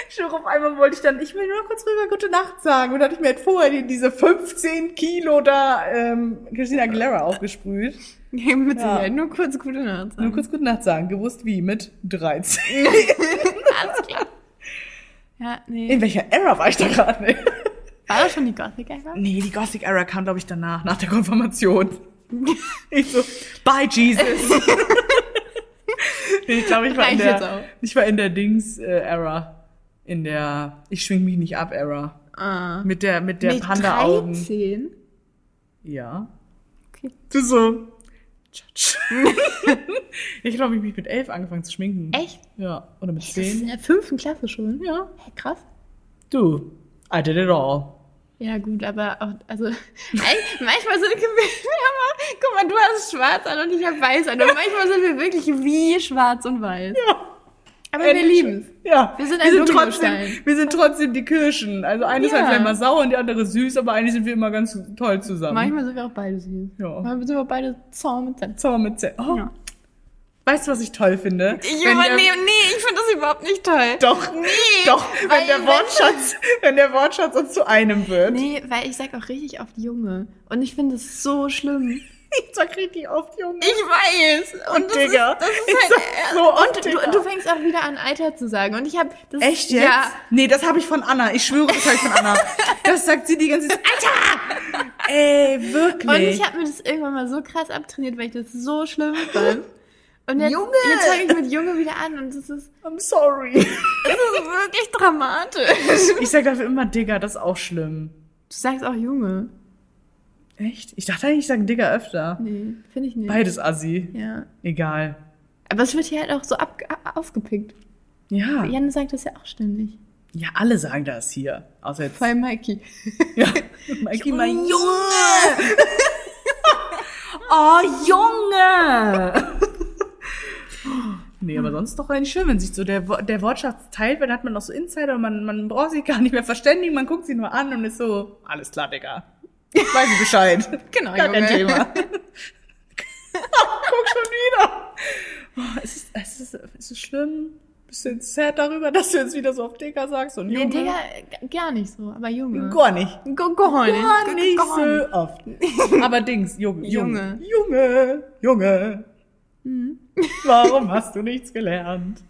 Speaker 1: Schon auf einmal wollte ich dann, ich will nur kurz rüber Gute Nacht sagen. Und dann hatte ich mir halt vorher die, diese 15 Kilo da ähm, Christina Aguilera aufgesprüht.
Speaker 2: da. Ja,
Speaker 1: (laughs)
Speaker 2: mit
Speaker 1: Ja.
Speaker 2: Sicherheit. halt Nur kurz gute Nacht.
Speaker 1: Nur
Speaker 2: sagen.
Speaker 1: kurz Gute Nacht sagen. Gewusst wie? Mit 13. (laughs)
Speaker 2: Alles klar. Ja, nee.
Speaker 1: In welcher Era war ich da gerade? Nee.
Speaker 2: War das schon die Gothic einfach?
Speaker 1: Nee, die Gothic Era kam, glaube ich, danach, nach der Konfirmation. (laughs) Ich so, bye Jesus. (laughs) nee, ich glaube, ich war in
Speaker 2: Reicht jetzt
Speaker 1: der,
Speaker 2: auch.
Speaker 1: ich war in der Dings äh, Era, in der ich schwing mich nicht ab Era
Speaker 2: Ah.
Speaker 1: mit der mit der
Speaker 2: Mit
Speaker 1: Panda Augen.
Speaker 2: 13?
Speaker 1: Ja.
Speaker 2: Okay.
Speaker 1: Du so. tschatsch. (laughs) ich glaube, ich habe mich mit elf angefangen zu schminken.
Speaker 2: Echt?
Speaker 1: Ja, oder mit
Speaker 2: Das ist in
Speaker 1: zehn.
Speaker 2: der fünften Klasse schon.
Speaker 1: Ja.
Speaker 2: Hey, krass.
Speaker 1: Du, I did it all.
Speaker 2: Ja, gut, aber auch, also, (laughs) eigentlich, manchmal sind (laughs) wir, guck mal, du hast schwarz an und ich habe weiß an. Und manchmal sind wir wirklich wie schwarz und weiß.
Speaker 1: Ja.
Speaker 2: Aber wir
Speaker 1: Endlich.
Speaker 2: lieben's.
Speaker 1: Ja,
Speaker 2: Wir sind ein Dominostein.
Speaker 1: trotzdem, wir sind trotzdem die Kirschen. Also eine ist
Speaker 2: Ja.
Speaker 1: halt vielleicht mal sauer und die andere süß, aber eigentlich sind wir immer ganz toll zusammen.
Speaker 2: Manchmal sind wir auch beide süß.
Speaker 1: Ja.
Speaker 2: Manchmal sind wir beide zaum und dann.
Speaker 1: Sauer mit Ze oh.
Speaker 2: Ja.
Speaker 1: Weißt du, was ich toll finde? Wenn der-
Speaker 2: nee, ich finde das überhaupt nicht toll.
Speaker 1: Doch, doch, wenn
Speaker 2: weil
Speaker 1: der
Speaker 2: wenn-
Speaker 1: Wortschatz, wenn der Wortschatz uns zu einem wird.
Speaker 2: Nee, weil ich sag auch richtig oft Junge. Und ich finde es so schlimm.
Speaker 1: Ich sag richtig oft, Junge.
Speaker 2: Ich weiß. Und das
Speaker 1: Digga.
Speaker 2: ist, das ist
Speaker 1: ich
Speaker 2: halt,
Speaker 1: sag so oft,
Speaker 2: und
Speaker 1: Digga.
Speaker 2: du, du fängst auch wieder an, Alter zu sagen. Und ich habe das.
Speaker 1: Echt jetzt?
Speaker 2: Ja.
Speaker 1: Nee, das habe ich von Anna. Ich schwöre, das habe ich von Anna. Das sagt sie die ganze Zeit. Alter! Ey, wirklich.
Speaker 2: Und ich habe mir das irgendwann mal so krass abtrainiert, weil ich das so schlimm fand. Und jetzt,
Speaker 1: Junge!
Speaker 2: jetzt fange ich mit Junge wieder an und das ist,
Speaker 1: I'm sorry.
Speaker 2: das ist wirklich dramatisch.
Speaker 1: (laughs) Ich sag dafür immer, Digga, das ist auch schlimm.
Speaker 2: Du sagst auch Junge.
Speaker 1: Echt? Ich dachte eigentlich, ich sage Digger öfter.
Speaker 2: Nee, finde ich nicht.
Speaker 1: Beides Assi.
Speaker 2: Ja.
Speaker 1: Egal.
Speaker 2: Aber es wird hier halt auch so ab, a- aufgepickt.
Speaker 1: Ja. ja.
Speaker 2: Jan sagt das ja auch ständig.
Speaker 1: alle sagen das hier. Außer jetzt.
Speaker 2: Vor allem Mikey.
Speaker 1: Ja. (laughs) Mikey, mein
Speaker 2: Junge!
Speaker 1: Junge! oh,
Speaker 2: (laughs)
Speaker 1: Junge! (laughs) Nee, aber sonst doch eigentlich schön, wenn sich so der, Wo- der Wortschatz teilt, weil dann hat man noch so Insider und man, man braucht sich gar nicht mehr verständigen, man guckt sie nur an und ist so, alles klar, Digga. Weiß ich
Speaker 2: (laughs)
Speaker 1: Bescheid.
Speaker 2: Genau,
Speaker 1: Gar kein
Speaker 2: Junge.
Speaker 1: Thema.
Speaker 2: (laughs)
Speaker 1: (laughs) Guck schon wieder. Oh, es, ist, es, ist, es ist schlimm. Bisschen sad darüber, (laughs) dass du jetzt wieder so auf Digga sagst und
Speaker 2: Nee,
Speaker 1: Junge.
Speaker 2: Digga, g- gar nicht so, aber Junge.
Speaker 1: Gar nicht.
Speaker 2: Go, go,
Speaker 1: Gar nicht so oft. (laughs) Aber Dings, Junge. Junge. Mhm.
Speaker 2: Junge.
Speaker 1: Junge. Junge. Warum hast du nichts gelernt?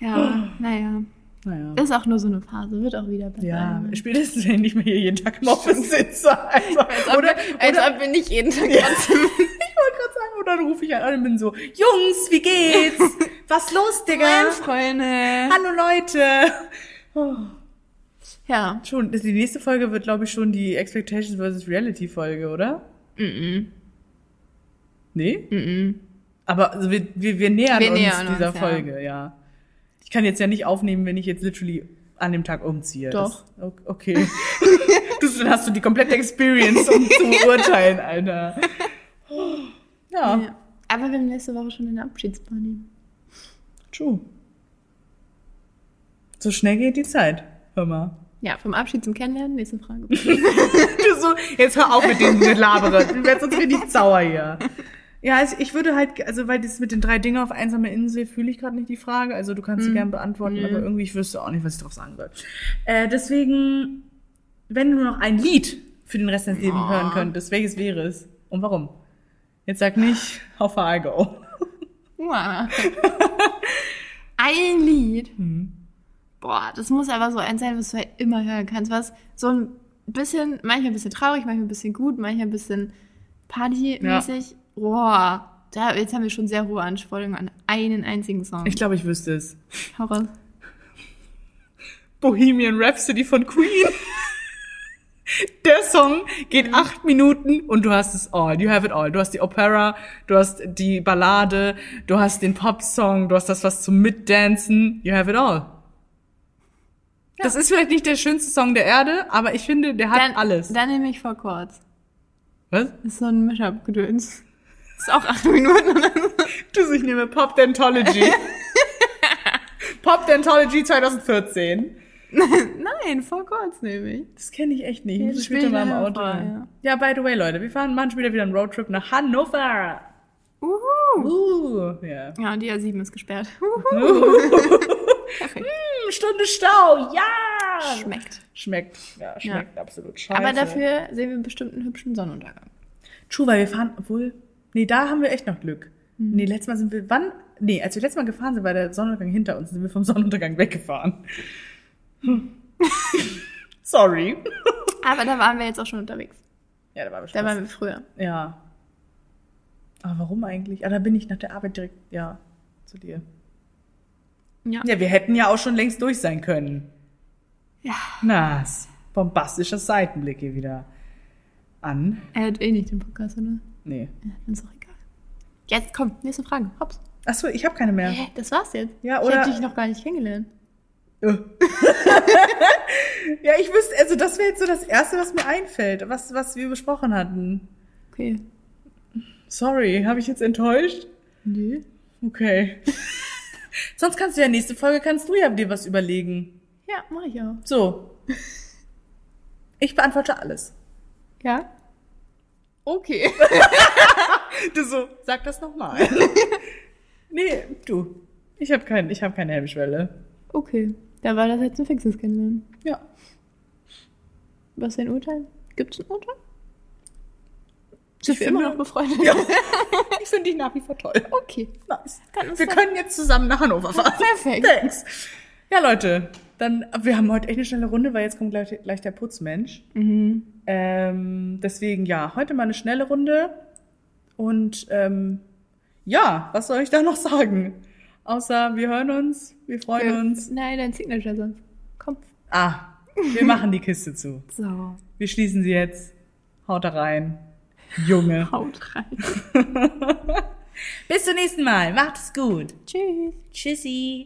Speaker 2: Ja, naja.
Speaker 1: Naja.
Speaker 2: Ist auch nur so eine Phase, wird auch wieder besser.
Speaker 1: Ja, spätestens wenn ich nicht mehr hier jeden Tag im Office sitze. Also, oder,
Speaker 2: als
Speaker 1: oder,
Speaker 2: ob wir nicht jeden Tag
Speaker 1: ich wollte gerade sagen, oder dann rufe ich halt an und bin so, Jungs, wie geht's? (laughs) Was los, Digga?
Speaker 2: Meine Freunde.
Speaker 1: Hallo Leute. Oh,
Speaker 2: Ja.
Speaker 1: schon, das- die nächste Folge wird, glaube ich, schon die Expectations vs. Reality Folge, oder?
Speaker 2: Mhm.
Speaker 1: Nee?
Speaker 2: Mhm.
Speaker 1: Aber also wir, wir, wir nähern
Speaker 2: Wir
Speaker 1: uns
Speaker 2: nähern uns,
Speaker 1: dieser
Speaker 2: ja.
Speaker 1: Folge, ja. Ich kann jetzt ja nicht aufnehmen, wenn ich jetzt literally an dem Tag umziehe.
Speaker 2: Doch.
Speaker 1: Das, o- okay. (laughs) das, dann hast du die komplette Experience, um zu
Speaker 2: (laughs)
Speaker 1: urteilen, Alter. Ja,
Speaker 2: Ja. Aber wir haben nächste Woche schon eine Abschiedsparty.
Speaker 1: true. So schnell geht die Zeit. Hör mal.
Speaker 2: Ja, vom Abschied zum Kennenlernen, nächste Frage.
Speaker 1: Du (laughs) so, jetzt hör auf mit dem Gelabere. Du wärst sonst richtig sauer hier. Ja, also ich würde halt, also weil das mit den drei Dingen auf einsamer Insel fühle ich gerade nicht die Frage. Also du kannst sie gerne beantworten, aber irgendwie ich wüsste auch nicht, was ich drauf sagen soll. Äh, deswegen, wenn du noch ein Lied für den Rest deines Lebens
Speaker 2: Oh.
Speaker 1: hören könntest, welches wäre es und warum? Jetzt sag nicht How far I go.
Speaker 2: Uah. (laughs) Ein Lied. Boah, das muss aber so ein sein, was du halt immer hören kannst. Was so ein bisschen, manchmal ein bisschen traurig, manchmal ein bisschen gut, manchmal ein bisschen partymäßig. Boah, da, jetzt haben wir schon sehr hohe Anforderungen an einen einzigen Song.
Speaker 1: Ich glaube, ich wüsste es.
Speaker 2: Hau raus.
Speaker 1: Bohemian Rhapsody von Queen. Der Song geht acht Minuten und du hast es all. You have it all. Du hast die Opera, du hast die Ballade, du hast den Pop-Song, du hast das was zum Mitdancen. You have it all. Das ist vielleicht nicht der schönste Song der Erde, aber ich finde, der hat
Speaker 2: Dann,
Speaker 1: alles.
Speaker 2: Dann nehme ich vor kurz.
Speaker 1: was?
Speaker 2: Ist so ein Mischabgedöns. Ist auch acht (laughs) Minuten.
Speaker 1: Du, ich nehme Pop
Speaker 2: (laughs)
Speaker 1: Dentology. Pop Dentology 2014.
Speaker 2: Nein, vor kurz nehme ich.
Speaker 1: Das kenne ich echt nicht. Ich
Speaker 2: Ja,
Speaker 1: muss
Speaker 2: das
Speaker 1: später
Speaker 2: bin ich
Speaker 1: mal im
Speaker 2: leider
Speaker 1: Auto.
Speaker 2: vor,
Speaker 1: hören. ja, by the way, Leute, wir fahren manchmal wieder wieder einen Roadtrip nach Hannover.
Speaker 2: Uhu.
Speaker 1: Uh, ja.
Speaker 2: Ja, und die A7 ist (laughs) gesperrt. Uhu. Perfekt.
Speaker 1: Hm, Stunde Stau, ja!
Speaker 2: Schmeckt.
Speaker 1: Schmeckt, ja, schmeckt absolut scheiße.
Speaker 2: Aber dafür sehen wir bestimmt einen hübschen Sonnenuntergang.
Speaker 1: True, weil wir fahren, obwohl, nee, da haben wir echt noch Glück.
Speaker 2: Hm.
Speaker 1: Nee, letztes Mal sind wir, wann, nee, als wir letztes Mal gefahren sind, war der Sonnenuntergang hinter uns, sind wir vom Sonnenuntergang weggefahren.
Speaker 2: (laughs)
Speaker 1: Hm. Sorry.
Speaker 2: Aber da waren wir jetzt auch schon unterwegs.
Speaker 1: Ja, da war bestimmt.
Speaker 2: Da waren wir früher.
Speaker 1: Ja. Aber warum eigentlich? Ah, da bin ich nach der Arbeit direkt, ja, zu dir.
Speaker 2: Ja.
Speaker 1: Ja, wir hätten ja auch schon längst durch sein können.
Speaker 2: Ja.
Speaker 1: Nas. Bombastischer Seitenblick hier wieder. An.
Speaker 2: Er hat eh nicht den Podcast, oder?
Speaker 1: Nee.
Speaker 2: Ja, dann ist auch egal. Jetzt komm, nächste Frage. Hops.
Speaker 1: Achso, ich habe keine mehr.
Speaker 2: Hä, Das war's jetzt.
Speaker 1: Ja,
Speaker 2: Ich
Speaker 1: oder-
Speaker 2: hab dich noch gar nicht kennengelernt.
Speaker 1: Äh. (laughs) ja, ich wüsste, also das wäre jetzt so das Erste, was mir einfällt, was, was wir besprochen hatten.
Speaker 2: Okay.
Speaker 1: Sorry, habe ich jetzt enttäuscht?
Speaker 2: Nö.
Speaker 1: Okay. (laughs) Sonst kannst du ja nächste Folge, kannst du ja dir was überlegen.
Speaker 2: Ja, mach ich auch.
Speaker 1: So. Ich beantworte alles.
Speaker 2: Ja? Okay.
Speaker 1: Du so, sag das nochmal. (laughs) nee, du. Ich habe kein, ich hab keine Hemmschwelle.
Speaker 2: (laughs) Okay. Da war das jetzt ein fixes Kennenlernen.
Speaker 1: Ja.
Speaker 2: Was ist dein Urteil? Gibt's ein Urteil? Sind wir
Speaker 1: finde-
Speaker 2: immer noch befreundet?
Speaker 1: Ja. Ich finde dich nach wie vor toll.
Speaker 2: (laughs) Okay.
Speaker 1: Nice.
Speaker 2: Dann ist
Speaker 1: Wir
Speaker 2: das-
Speaker 1: können jetzt zusammen nach Hannover fahren.
Speaker 2: Perfekt.
Speaker 1: (laughs) Thanks. Ja, Leute, dann, wir haben heute echt eine schnelle Runde, weil jetzt kommt gleich, gleich der Putzmensch.
Speaker 2: (laughs) Mhm.
Speaker 1: Ähm, deswegen, ja, heute mal eine schnelle Runde. Und ähm, ja, was soll ich da noch sagen? Außer wir hören uns, wir freuen uns.
Speaker 2: Nein, dein Signature sonst. Komm.
Speaker 1: Ah, wir machen die Kiste zu.
Speaker 2: So.
Speaker 1: Wir schließen sie jetzt. Haut da rein. Junge.
Speaker 2: Haut rein.
Speaker 1: Bis zum nächsten Mal. Macht's gut.
Speaker 2: Tschüss.
Speaker 1: Tschüssi.